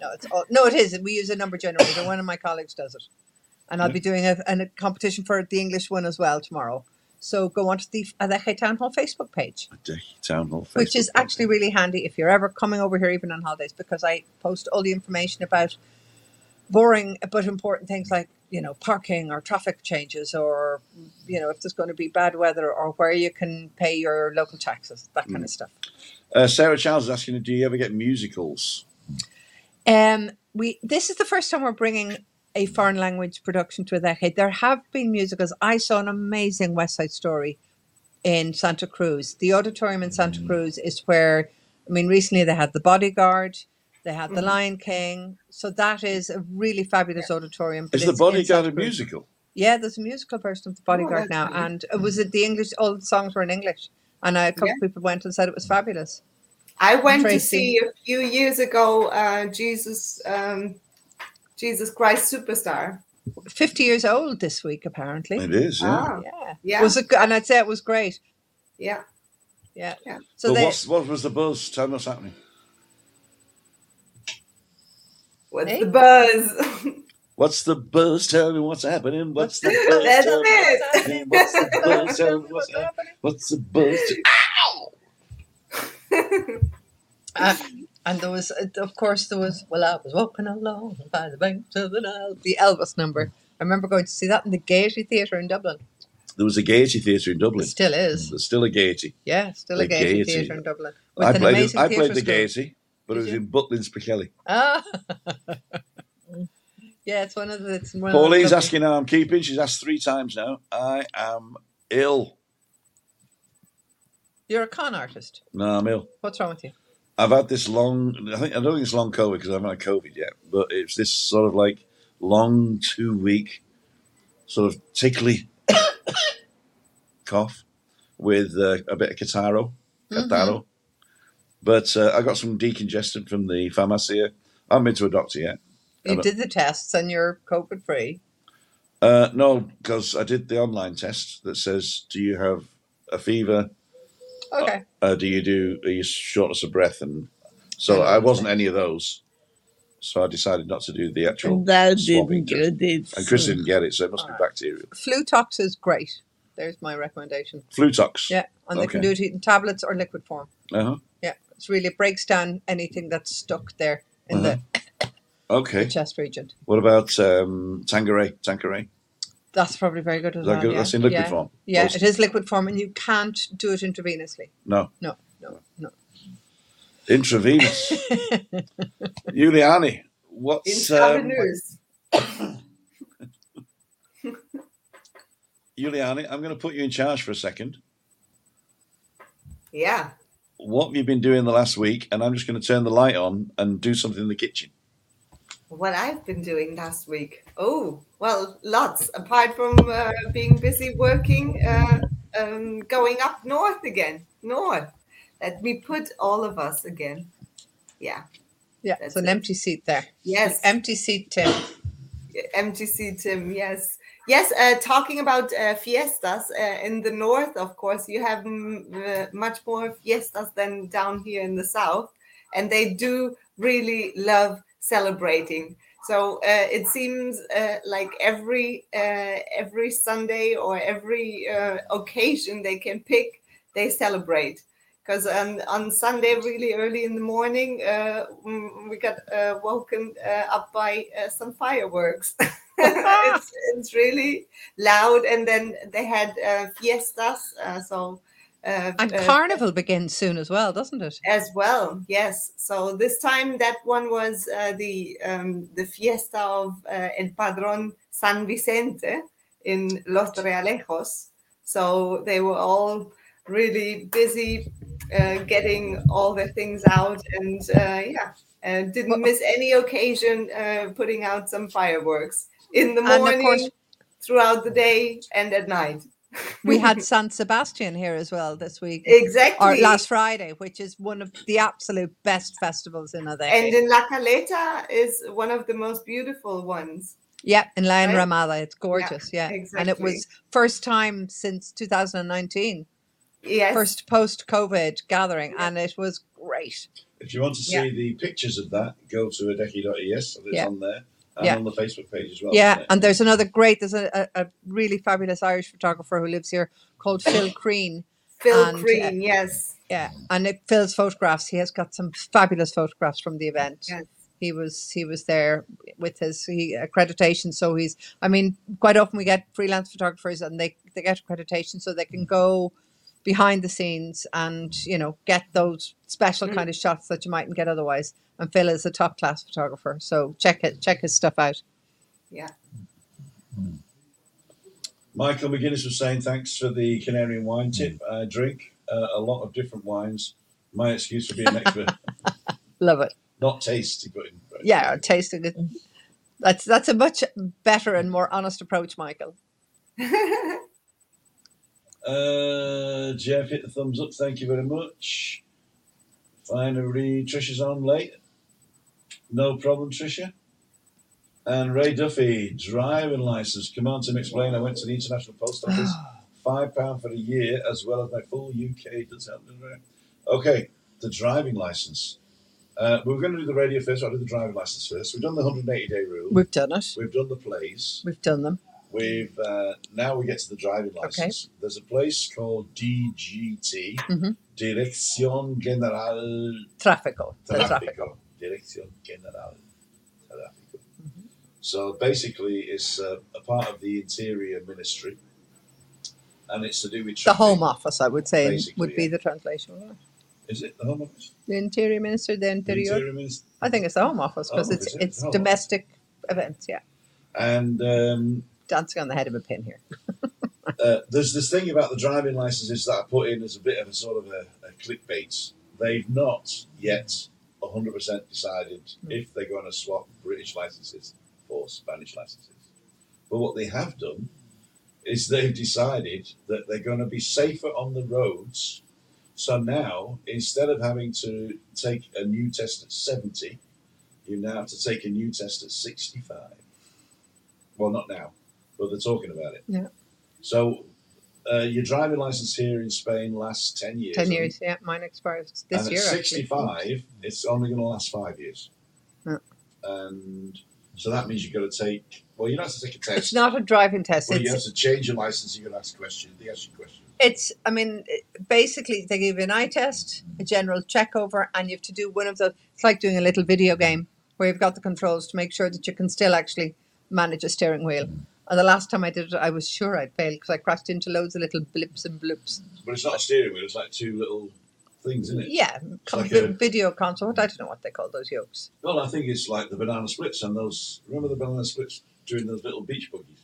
No, it's all, no, it is. We use a number generator. One of my colleagues does it, and I'll Yeah. be doing a, an- a competition for the English one as well tomorrow. So go onto the Adeje Town Hall Facebook page, Decky Town Hall Facebook. which is page. actually really handy if you're ever coming over here, even on holidays, because I post all the information about boring but important things like you know parking or traffic changes or you know if there's going to be bad weather or where you can pay your local taxes, that kind of stuff. Uh, Sarah Charles is asking, do you ever get musicals? Um, we this is the first time we're bringing a foreign language production to a decade. There have been musicals. I saw an amazing West Side Story in Santa Cruz. The auditorium in Santa Mm. Cruz is where, I mean, recently they had The Bodyguard, they had The Mm. Mhm. Lion King. So that is a really fabulous auditorium. but Is the it's in Bodyguard Santa a Oh, Cruz. musical? Yeah, there's a musical version of The Bodyguard that's now, nice. and it was it the English? All the songs were in English, and a couple Yeah. of people went and said it was fabulous. I went to Tracy. see a few years ago uh, Jesus um, Jesus Christ Superstar. Fifty years old this week, apparently. It is, yeah. Ah, Yeah. Yeah. Was it good? And I'd say it was great. yeah. Yeah. Yeah. So but they, what's, what was the buzz? Tell me what's happening. What's Eh? the buzz? What's the buzz? Tell me what's happening. What's the buzz? That's Tell me it. what's happening. What's the buzz? Tell me what's happening. What's the buzz? Uh, and there was, uh, of course, there was. Well, I was walking along by the banks of the Nile, the Elvis number. I remember going to see that in the Gaiety Theatre in Dublin. There was a Gaiety Theatre in It Dublin. still is, There's still a Gaiety. yeah, still a Mm. The Gaiety, Gaiety. Theatre in Dublin. I played, it- I theatre played the school. Gaiety. but it Did was you? in Butlins Pichelli. Ah. yeah, it's one of the. It's one of the Pauline's lovely- asking how I'm keeping. She's asked three times now. I am ill. You're a con artist. No, I'm ill. What's wrong with you? I've had this long. I think I don't think it's long COVID because I haven't had COVID yet, but it's this sort of like long two week sort of tickly cough with uh, a bit of catarro, Mhm. catarro. But uh, I got some decongestant from the pharmacia. I haven't been to a doctor yet. I You don't- did the tests and you're COVID free. Uh, no, because I did the online test that says, "Do you have a fever? Okay. Uh, do you do? Are you shortness of breath?" And so Yeah, I wasn't any of those. So I decided not to do the actual. And I swabbing didn't get it. And Chris so- didn't get it, so it must be bacterial. Flu tox is great. There's my recommendation. Flutox. Yeah, and they can do it in tablets or liquid form. Uh-huh. Yeah, it's really it breaks down anything that's stuck there in Mm-hmm. the Okay. chest region. What about um, Tangeray? Tangeray. That's probably very good as Is that well. good? Yeah. That's in liquid yeah. form. Yeah, Most- it is liquid form, and you can't do it intravenously. No. No, no, no. Intravenous. Giuliani. What's um, Intravenous. Giuliani? um, I'm going to put you in charge for a second. yeah. What have you been doing the last week? And I'm just going to turn the light on and do something in the kitchen. What I've been doing last week. Oh, well, lots. Apart from uh, being busy working, uh, um, going up north again. North. Let me put all of us again. Yeah. Yeah, it's That's an it. empty seat there. Yes. Empty seat, Tim. MTC Tim, yes. Yes, uh, talking about uh, fiestas uh, in the north, of course, you have mm, uh, much more fiestas than down here in the south. And they do really love celebrating. So uh, it seems uh, like every uh, every Sunday or every uh, occasion they can pick, they celebrate because on, on Sunday, really early in the morning, uh, mm, we got uh, woken uh, up by uh, some fireworks. it's, it's really loud, and then they had uh, fiestas, uh, so uh, And uh, carnival begins soon as well, doesn't it? as well. Yes, so this time that one was uh, the um, the fiesta of uh, El Padrón San Vicente in Los Realejos. So they were all really busy uh, getting all their things out, and uh, yeah, and didn't miss any occasion uh, putting out some fireworks in the And of morning, course- throughout the day, and at night. We had San Sebastian here as well this week. Or Exactly. last Friday, which is one of the absolute best festivals in a and decade. in La Caleta is one of the most beautiful ones. yeah, in La Right? Ramada. It's gorgeous. Yeah. And it exactly. was first time since 2019, Yes. first post COVID gathering, and it was great. If you want to see Yeah. the pictures of that, go to adeki.es. and It's Yeah. on there and Yeah. on the Facebook page as well. yeah, isn't it? and there's another great, there's a, a, a really fabulous Irish photographer who lives here called Phil Crean. Phil and, uh, Green, yes. Yeah, and it, Phil's photographs. He has got some fabulous photographs from the event. Yes. He was he was there with his he, accreditation. So he's. I mean, quite often we get freelance photographers, and they they get accreditation, so they can go behind the scenes and you know get those special kind of shots that you mightn't get otherwise. And Phil is a top class photographer, so check it check his stuff out. Yeah. Michael McGuinness was saying thanks for the Canarian wine tip. I drink uh, a lot of different wines. My excuse for being an expert, Love it. not tasty, but Yeah, tasting it. That's that's a much better and more honest approach, Michael. Uh, Jeff hit the thumbs up. Thank you very much. Finally, Trisha's on late. No problem, Trisha. And Ray Duffy, driving license. Come on, Tim, explain. I went to the international post office. Five pound for a year, as well as my full UK. does that- Okay, the driving license. Uh, we were going to do the radio first. I'll do the driving license first. We've done the 180 day rule. We've done it. We've done the plays. We've done them. We've uh, now we get to the driving license. There's a place called DGT, Mhm. Dirección General Traffico. the traffic. Tráfico. Dirección General Tráfico. Mm-hmm. So basically, it's uh, a part of the Interior Ministry, and it's to do with The traffic. Home Office, I would say, Basically, would be yeah. the translation. Is it the Home Office? The Interior Minister, the The Interior. Interior Minister? I think it's the Home Office because Oh, it's is it? it's Oh. domestic events. Yeah, And um, dancing on the head of a pin here. uh, there's this thing about the driving licenses that I put in as a bit of a sort of a, a clickbait. They've not yet 100% decided Hmm. if they're going to swap British licenses for Spanish licenses. But what they have done is they've decided that they're going to be safer on the roads. So now, instead of having to take a new test at 70, you now have to take a new test at 65. Well, not now, but they're talking about it. Yeah. So uh, your driving license here in Spain lasts 10 years. Ten years. Yeah, mine expires this and year. at actually. 65, it's only going to last five years. Yeah. And so that means you've got to take, well, you don't have to take a test. It's not a driving test. Well, it's you have to change your license. You can ask questions. They ask you questions. it's i mean it- basically they give you an eye test a general check over and you have to do one of those it's like doing a little video game where you've got the controls to make sure that you can still actually manage a steering wheel and the last time i did it i was sure i'd failed because i crashed into loads of little blips and bloops But it's not a steering wheel. It's like two little things, isn't it? yeah con- like vi- a- video console i don't know what they call those yokes Well, I think it's like the banana splits and those. Remember the banana splits doing those little beach buggies?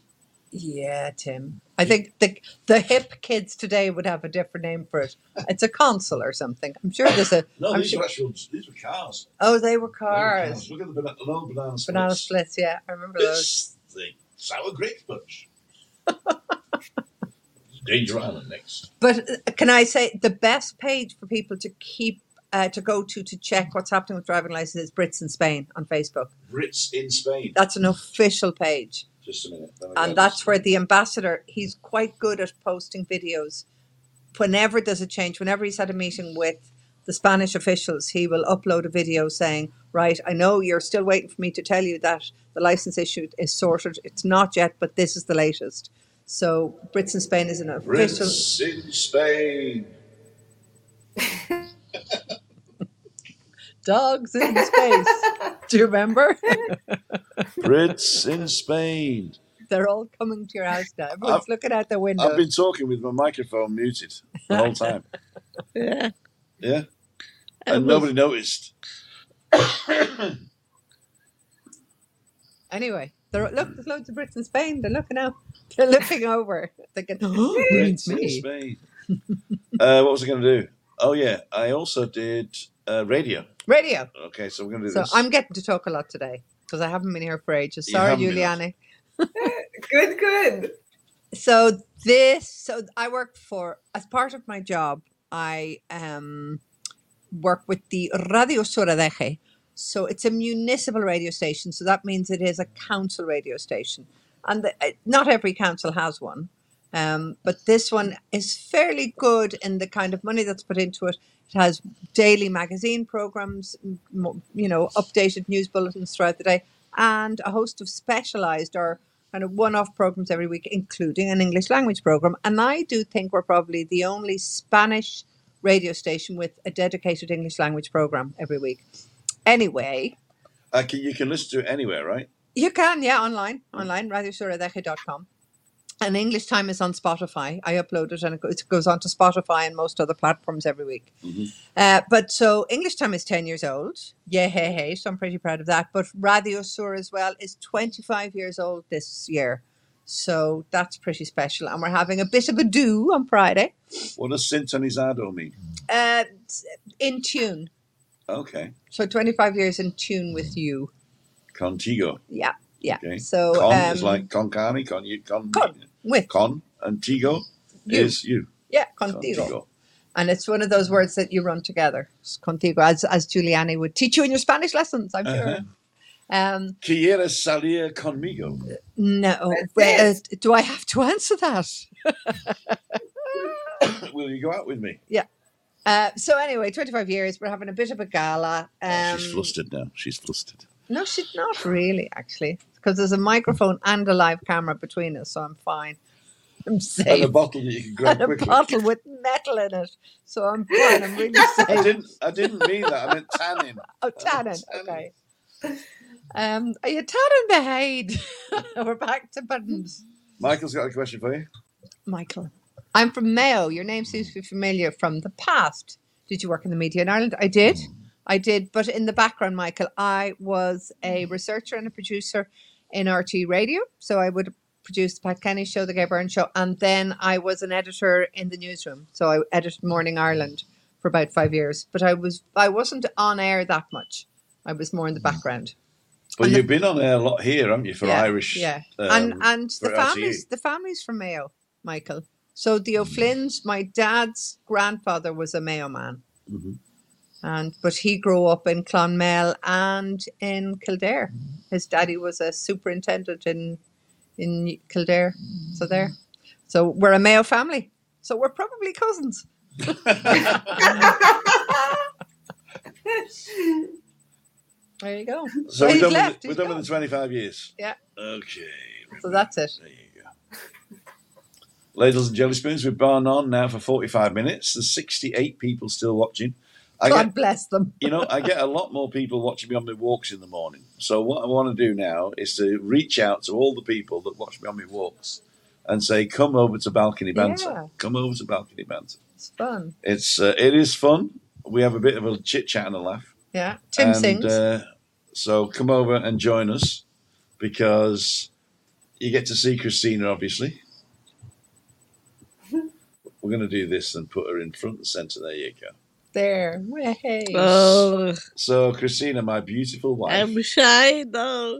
yeah tim i think the the hip kids today would have a different name for it it's a console or something i'm sure there's a No, I'm these sure- were actual. These were cars. oh They they were were cars Look at the banana, an old banana splits. Banana splits, yeah, I remember those. It's the sour grape punch. Danger Island next. But uh, can I say the best page for people to keep uh, to go to to check what's happening with driving licenses is Brits in Spain on Facebook. Brits in Spain. That's an official page, Just a minute. then I and got that's this. where the ambassador he's quite good at posting videos. Whenever there's a change, whenever he's had a meeting with the Spanish officials, he will upload a video saying, "Right, I know you're still waiting for me to tell you that the license issue is sorted. It's not yet, but this is the latest." So Brits in Spain is an official. Brits in Spain. dogs in space. Do you remember? Brits in Spain. They're all coming to your house now. Everyone's looking out the window. I've been talking with my microphone muted the whole time. Yeah. Yeah. I And was- nobody noticed. Anyway, they're, look, there's loads of Brits in Spain. They're looking out. They're looking over, thinking, oh, Brits it's in me. Spain. uh, what was I going to do? Oh, yeah. I also did uh, radio. Radio. Okay, so we're going to do So this. I'm getting to talk a lot today because I haven't been here for ages. You Sorry, haven't been. Giuliani. Good, good. so this so i work for as part of my job i um work with the radio soradeje so it's a municipal radio station so that means it is a council radio station and the, eh, not every council has one um, but this one is fairly good in the kind of money that's put into it it has daily magazine programs m- mo- you know updated news bulletins throughout the day and a host of specialized or kind of one-off programs every week, including an English language program. And I do think we're probably the only Spanish radio station with a dedicated English language program every week. Anyway, I can, you can listen to it anywhere, right? you can, yeah, online, Hmm. online, radiosoradeje.com. And English Time is on Spotify. I upload it and it go- it goes on to Spotify and most other platforms every week. Mhm. Uh, but so English Time is 10 years old. Yeah, hey, hey. So I'm pretty proud of that. But Radio Sur as well is 25 years old this year. So that's pretty special. And we're having a bit of a do on Friday. What does sintonizado mean? Uh, in tune. Okay. So 25 years in tune with you. Contigo. Yeah, yeah. Okay. So Con um, is like con carne, con, you- con, Con. with con and tigo You. is you. yeah, contigo. And it's one of those words that you run together, s- contigo, as, as Giuliani would teach you in your Spanish lessons, I'm sure. Uh-huh. Um, Quieres salir conmigo? no, That's wait, uh, it. do I have to answer that? Will you go out with me? Uh, so anyway, 25 years, we're having a bit of a gala. Oh, Um, she's flustered now. She's flustered. No, she's not really, actually, because there's a microphone and a live camera between us, so I'm fine. I'm And a safe. bottle that you can grab And a quickly. bottle with metal in it, so I'm fine. I'm really I safe. didn't. I didn't mean that. I meant tannin. Oh, tannin. Tannin. Okay. Um, are you tannin behind? We're back to buttons, Michael's got a question for you. Michael. I'm from Mayo. Your name seems to be familiar from the past. Did you work in the media in Ireland? I did. I did. But in the background, Michael, I was a researcher and a producer in RT Radio. So I would produce the Pat Kenny show, the Gay Byrne show, and then I was an editor in the newsroom. So I edited Morning Ireland for about five years. But I was I wasn't on air that much. I was more in the background. Well, And you've been on air a lot here, haven't you, for Yeah, Irish? Yeah, uh, and and for the RTE. families the families from Mayo, Michael. So Hmm. the O'Flynn's, my dad's grandfather was a Mayo man, Mhm. and but he grew up in Clonmel and in Kildare. Hmm. His daddy was a superintendent in in Kildare, so there. So we're a Mayo family. So we're probably cousins. There you go. so He's we're done, left, with, the- he's we're done with gone. the 25 years. Yeah. Okay. So that's it. There you go. Ladles and jelly spoons, we've been on now for 45 minutes. There's 68 people still watching. I God get, bless them. you know, I get a lot more people watching me on my walks in the morning. So what I want to do now is to reach out to all the people that watch me on my walks and say, come over to Balcony Banter. Yeah. Come over to Balcony Banter. It's fun. It's uh, it is fun. We have a bit of a chit chat and a laugh. Yeah. Tim and, sings. Uh, so come over and join us because you get to see Christina. Obviously, we're going to do this and put her in front and centre. There you go. there. Hey. Oh, So Christina, my beautiful wife. I'm shy now.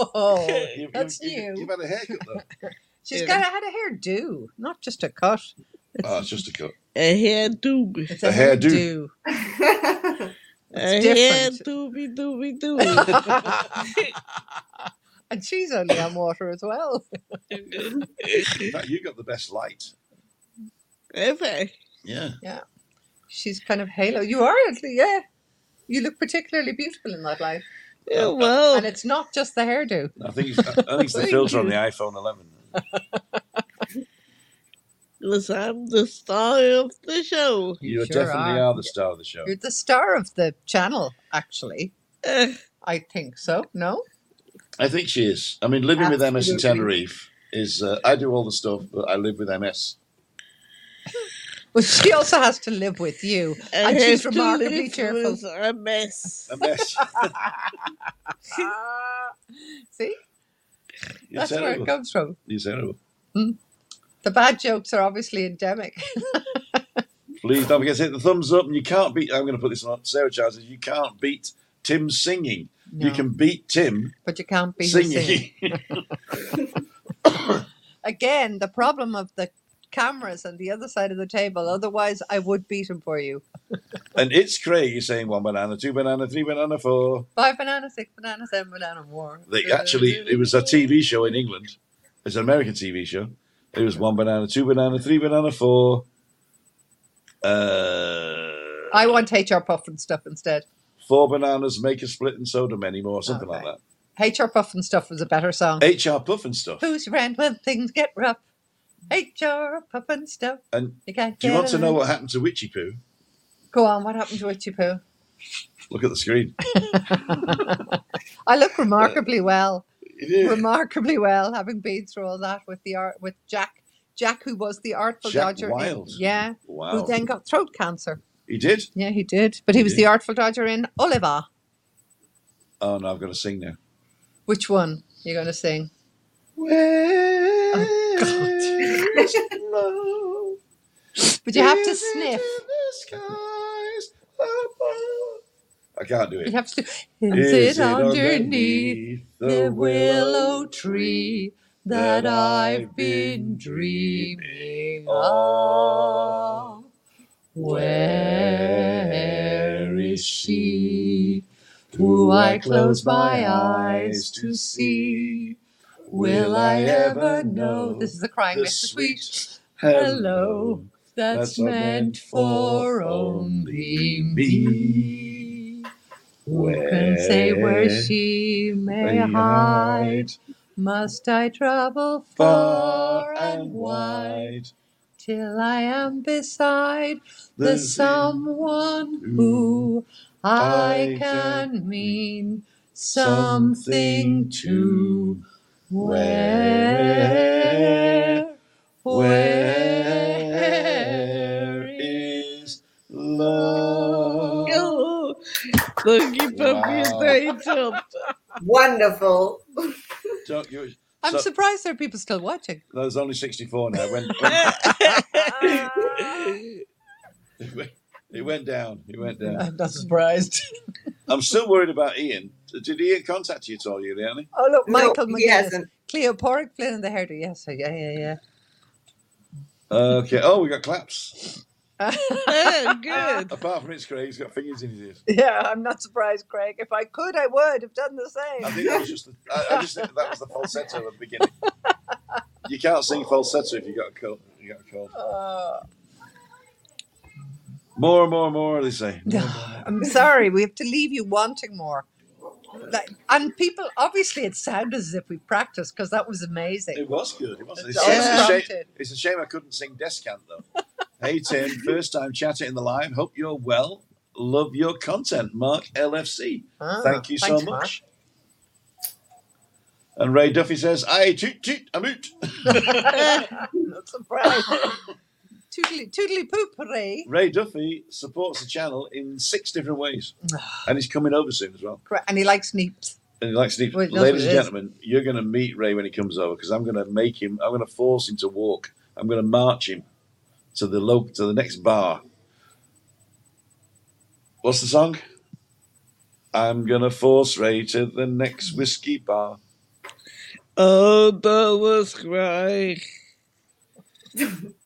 oh. You've- that's you've- new. You've had a haircut though. She's Yeah. got a, had a hairdo, not just a cut. oh, it's just a cut. A hair doobie. It's a, A hairdo. hairdo. A It's hair different. doobie doobie doobie. and she's only on water as well. In fact, you got the best light. Okay. Yeah. She's kind of halo. You are, at least, yeah. You look particularly beautiful in that light, Yeah, and Oh, well, it's not just the hairdo. I think it's, I think it's the Thank filter on you. the iPhone 11. because I'm the star of the show. You, sure definitely are. are. the star of the show. You're the star of the channel, actually. Eh, I think so. No, I think she is. I mean, living with MS in Absolutely. Tenerife is. Uh, I do all the stuff, but I live with MS. well, she also has to live with you, I and she's have to remarkably live cheerful. with A mess. MS. Ah, See, You're that's where it terrible. comes from. You're terrible. The bad jokes are obviously endemic. Please don't forget to hit the thumbs up. And you can't beat. I'm going to put this on Sarah Charles. says You can't beat Tim singing. You No, can beat Tim but you can't be who's singing. singing. again the problem of the cameras on the other side of the table. Otherwise, I would beat him for you. and it's Craig is saying one banana, two banana, three banana, four. Five bananas, six bananas, seven banana more. They actually, it was a TV show in England. It's an American TV show. It was one banana, two banana, three banana, four. Uh, I want HR Puff and stuff instead. Four bananas, make a split, and soda many more, something like Okay. HR Puff and stuff was a better song. that. HR Puff and stuff. Who's around when things get rough? HR Puff and stuff. And You can't do you get want to know around. what happened to Witchy Poo? Go on. What happened to Witchy Poo? Look at the screen. I look Uh, remarkably well. It is. Remarkably well, having been through all that with the art with Jack. Jack, who was the artful Jack dodger, in- Wild. yeah, Wow. who then got throat cancer. He did? Yeah, he did. But he was did. the Artful Dodger in Oliver. Oh, no, I've got to sing now. Which one are you going to sing? Oh, Where's love? But you have to Is it in sniff. the skies above? I can't do it. You have to. Is, it underneath the willow tree that I've been dreaming of? Where is she who I close my eyes to see? Will I ever know? This is the crying the Mr. Sweet. hello That's meant for only me. Who can say where she may hide? Must I travel far and wide till I am beside the someone who I I can mean something to? Where? Where Where is love? So keep up your Wow. day job. Wonderful. So you- I'm So- surprised there are people still watching. there's only 64 now. When, when- it went down. It went down. I'm not surprised. I'm still worried about Ian. Did Ian contact you at all, Eliane? Oh look, Michael no, he McGuinness, hasn't. Cleo Porrick, Flynn and the Herder. Yes, yeah, yeah, Okay. Oh, we got claps. yeah. Eh, Good. Apart from it's Craig, he's got fingers in his ears. yeah, I'm not surprised, Craig. If I could, I would have done the I same. think that was just. The, I, I just think that was the falsetto at the beginning. You can't sing falsetto if you got a cold. You got a cold. Uh, More, more, more. They say. I'm sorry, we have to leave you wanting more. Like, and people, obviously, it sounded as if we practiced because that was amazing. It was good. It was. It's, It's it's a shame, unprompted. it's a shame I couldn't sing Descant though. hey Tim, first time chatting in the live. Hope you're well. Love your content, Mark LFC. Ah, Thank you so thanks, much. Mark. And Ray Duffy says, "I toot toot, I'm out." not surprised. toodly, toodly poop, hooray. Ray Duffy supports the channel in six different ways, and he's coming over soon as well. Correct, And he likes neeps. And like Steve, Well, he knows ladies what and it is. gentlemen, you're going to meet Ray when he comes over because I'm going to make him. I'm going to force him to walk. I'm going to march him to the lo- to the next bar. What's the song? I'm going to force Ray to the next whiskey bar. Oh, that was great.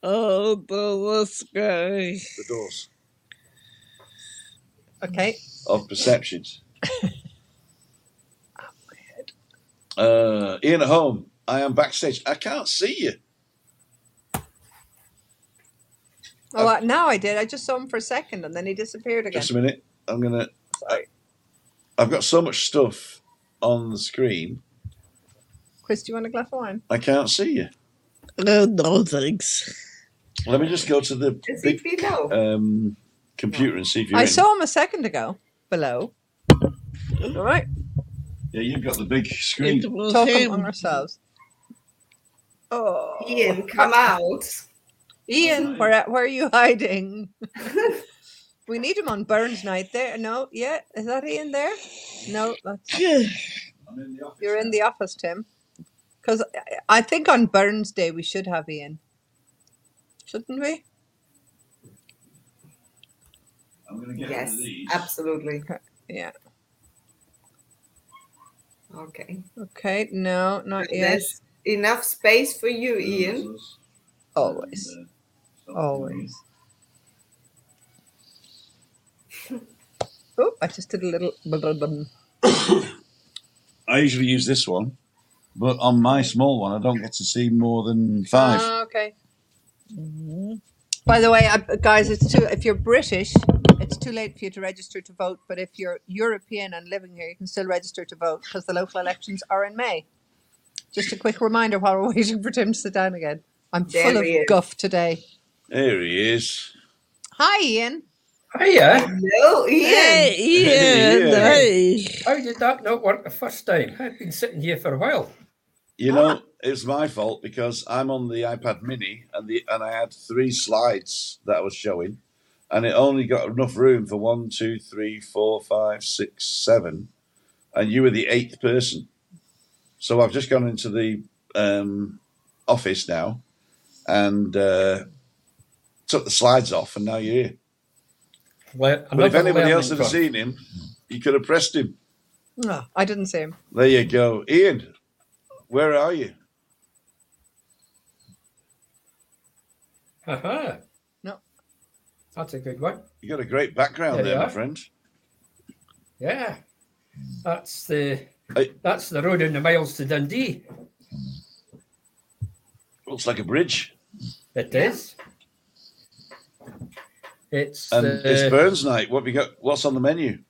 Oh, that was great. The Doors Okay. of Perceptions. Uh, Ian at home. I am backstage. I can't see you. Oh, uh, now I did. I just saw him for a second and then he disappeared again. Just a minute. I'm gonna. Sorry. I've got so much stuff on the screen. Chris, do you want a glass of wine? I can't see you. No, no thanks. Let me just go to the Is he big below? Uh, um, computer and see if you're I in. saw him a second ago below. All right. Yeah, you've got the big screen. It was Talking among him. ourselves. Oh, Ian, come out. Ian, where, where are you hiding? we need him on Burns night there. No, yeah. Is that Ian there? No, that's I'm in the office. You're in the office, Tim. Because I think on Burns Day we should have Ian, shouldn't we? I'm gonna get rid Yes, of these. absolutely. Yeah. Okay. Okay. No, not yet. There's enough space for you, Ian. uh, Always, And, uh, always. Oh, I just did a little. blah, blah, blah. I usually use this one, but on my small one, I don't get to see more than five. Ah, okay. By the way, I, guys, it's too. If you're British, it's too late for you to register to vote. But if you're European and living here, you can still register to vote because the local elections are in May. Just a quick reminder while we're waiting for Tim to sit down again. I'm There full of he is. guff today. There he is. Hi, Ian. Hiya. No, Ian. Hey, Ian, Yeah. hey. How did that not work the first time? I've been sitting here for a while. You know, it's my fault because I'm on the iPad Mini, and the and I had three slides that I was showing, and it only got enough room for one, two, three, four, five, six, seven, and you were the eighth person. So I've just gone into the um, office now, and uh, took the slides off, and now you're here. Le- But if another anybody else had learning curve. seen him, you could have pressed him. Oh, I didn't see him. There you go, Ian. Where are you? Aha. No. Uh-huh. That's a good one. You got a great background There there, you my are. friend. Yeah. That's the I- that's the road in the miles to Dundee. Looks like a bridge. It is. Yeah. It's And the Um, it's Burns night. What we got? What's on the menu?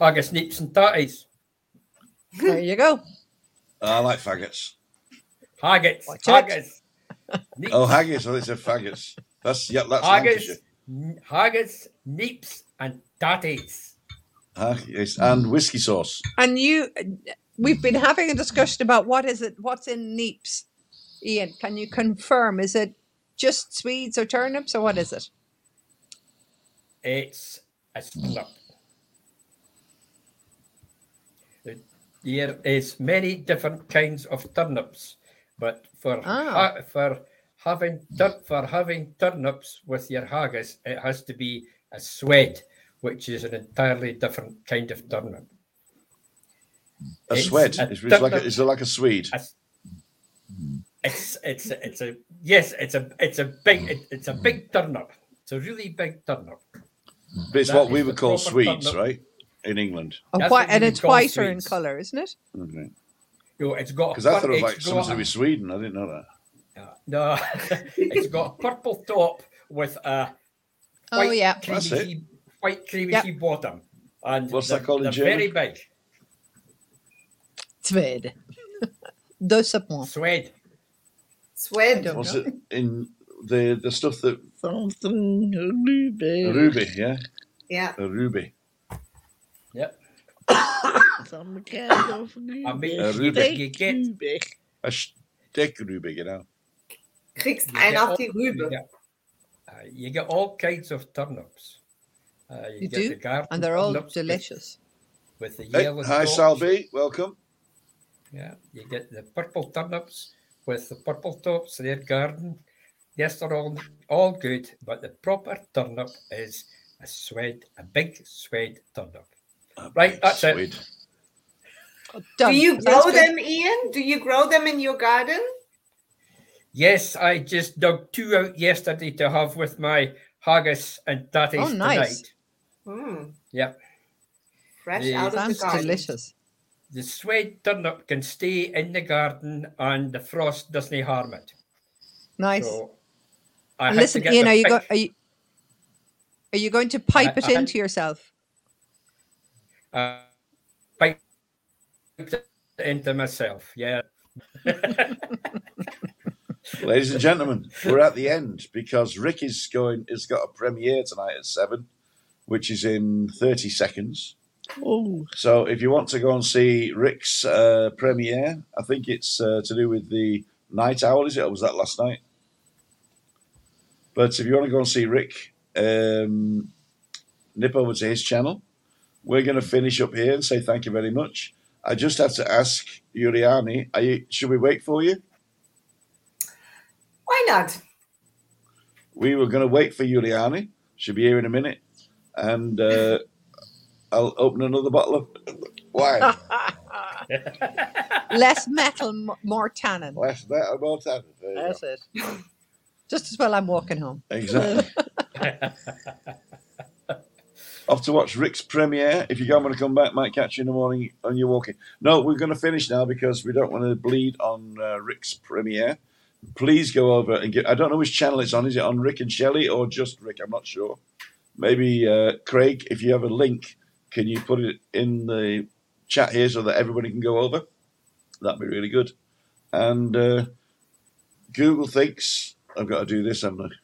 haggis, neeps and tatties. There you go. Oh, I like faggots. Haggis, Watch out. haggis. Neeps, Oh, haggis. Oh, they said faggots. That's yeah. That's haggis, Lancashire. n- haggis, neeps and tatties. Haggis and whiskey sauce. And you, we've been having a discussion about what is it, what's in Neeps. Ian, can you confirm? Is it just Swedes or turnips or what is it? It's a slurp. There is many different kinds of turnips, but for Ah. ha- for having tur- for having turnips with your haggis, it has to be a sweat, which is an entirely different kind of turnip. A It's sweat. a It's, it's like a, turnip. it's like a Swede. A s- It's it's a- it's a yes, it's a it's a big it, it's a big turnip. It's a really big turnip. But it's that what is we the would call proper Swedes, turnip. right? In England. A That's whi- what and you it's call whiter in sweets. colour, isn't it? Because You know, it's got a I pur- thought it was it's like something to got do a- with Sweden. I didn't know that. No, it's got a purple top with a Oh, white yeah. creamy, That's it. sea- white creamy Yep. sea bottom, and What's they're- that called in they're Very German? big. Tved. Dos upon. Swed. Sweat. Don't What's know. it in the the stuff that something ruby, a ruby? Yeah, Yeah. a ruby. Yep. some kind of ruby. I mean, A you, Rübe. you get you ruby. A stick ruby, you know. Kriegst get einen all- auf die Rübe. you get- uh, you get all kinds of turnips. Uh, you You get do? the garden And they're all turnips with- delicious. With the Hey, yellow. hi, tops. Salby. Welcome. Yeah, you get the purple turnips with the purple tops, their garden. Yes, they're all, all good, but the proper turnip is a swed, a big swed turnip. A Right, big that's it. Swede. Done. Do you That's grow good. them, Ian? Do you grow them in your garden? Yes, I just dug two out yesterday to have with my haggis and tatties Oh, nice. tonight. Hmm. Yep. Fresh Yeah. out of the Sounds garden. delicious. The swed turnip can stay in the garden and the frost doesn't harm it. Nice. So I And had to listen, get Ian, the are you, go- pic- are you are you going to pipe it I- I- into yourself? uh, piped it into myself. Yeah. Ladies and gentlemen, we're at the end because Ricky's going. Has got a premiere tonight at seven, which is in thirty seconds. Oh, So if you want to go and see Rick's uh, premiere, I think it's uh, to do with the night owl, is it? Or was that last night? But if you want to go and see Rick, um, nip over to his channel. We're going to finish up here and say thank you very much. I just have to ask Yuriani, are you, should we wait for you? Why not? We were going to wait for Yuriani. She'll be here in a minute. And uh, I'll open another bottle of wine. Ah. Less metal, m- more tannin. Last night I bought that. There you go. That's it. Just as well I'm walking home. Exactly. Off to watch Rick's premiere. If you go, I'm going to come back. Might catch you in the morning on your walking. No, we're going to finish now because we don't want to bleed on uh, Rick's premiere. Please go over and get. I don't know which channel it's on. Is it on Rick and Shelley or just Rick? I'm not sure. Maybe uh, Craig, if you have a link, can you put it in the chat here so that everybody can go over? That'd be really good. And uh, Google thinks I've got to do this, haven't I?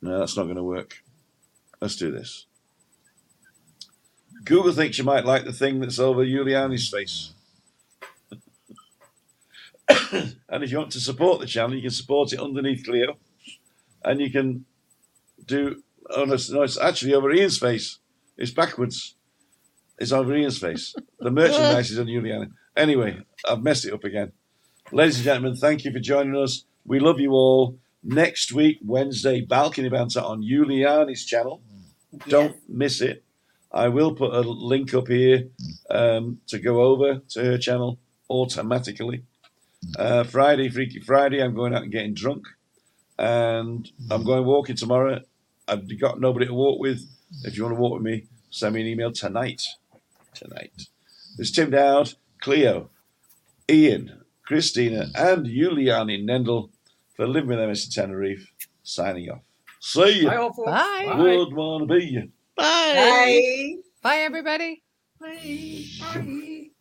No, that's not going to work. Let's do this. Google thinks you might like the thing that's over Giuliani's face. and if you want to support the channel, you can support it underneath Cleo. And you can do. Oh, no, it's, no, it's actually over Ian's face. It's backwards. It's over Ian's face. The merchandise is on Giuliani. Anyway, I've messed it up again. Ladies and gentlemen, thank you for joining us. We love you all. Next week, Wednesday, Balcony Banter on Giuliani's channel. Don't miss it. I will put a link up here um, to go over to her channel automatically. Uh, Friday, Freaky Friday, I'm going out and getting drunk. And I'm going walking tomorrow. I've got nobody to walk with. If you want to walk with me, send me an email tonight. Tonight. It's Tim Dowd, Cleo, Ian, Christina, and Giuliani Nendel for Living with MS Tenerife signing off. See you. Bye, all folks. Bye. Would want to be you. bye. Bye. Bye, everybody. Bye. Bye.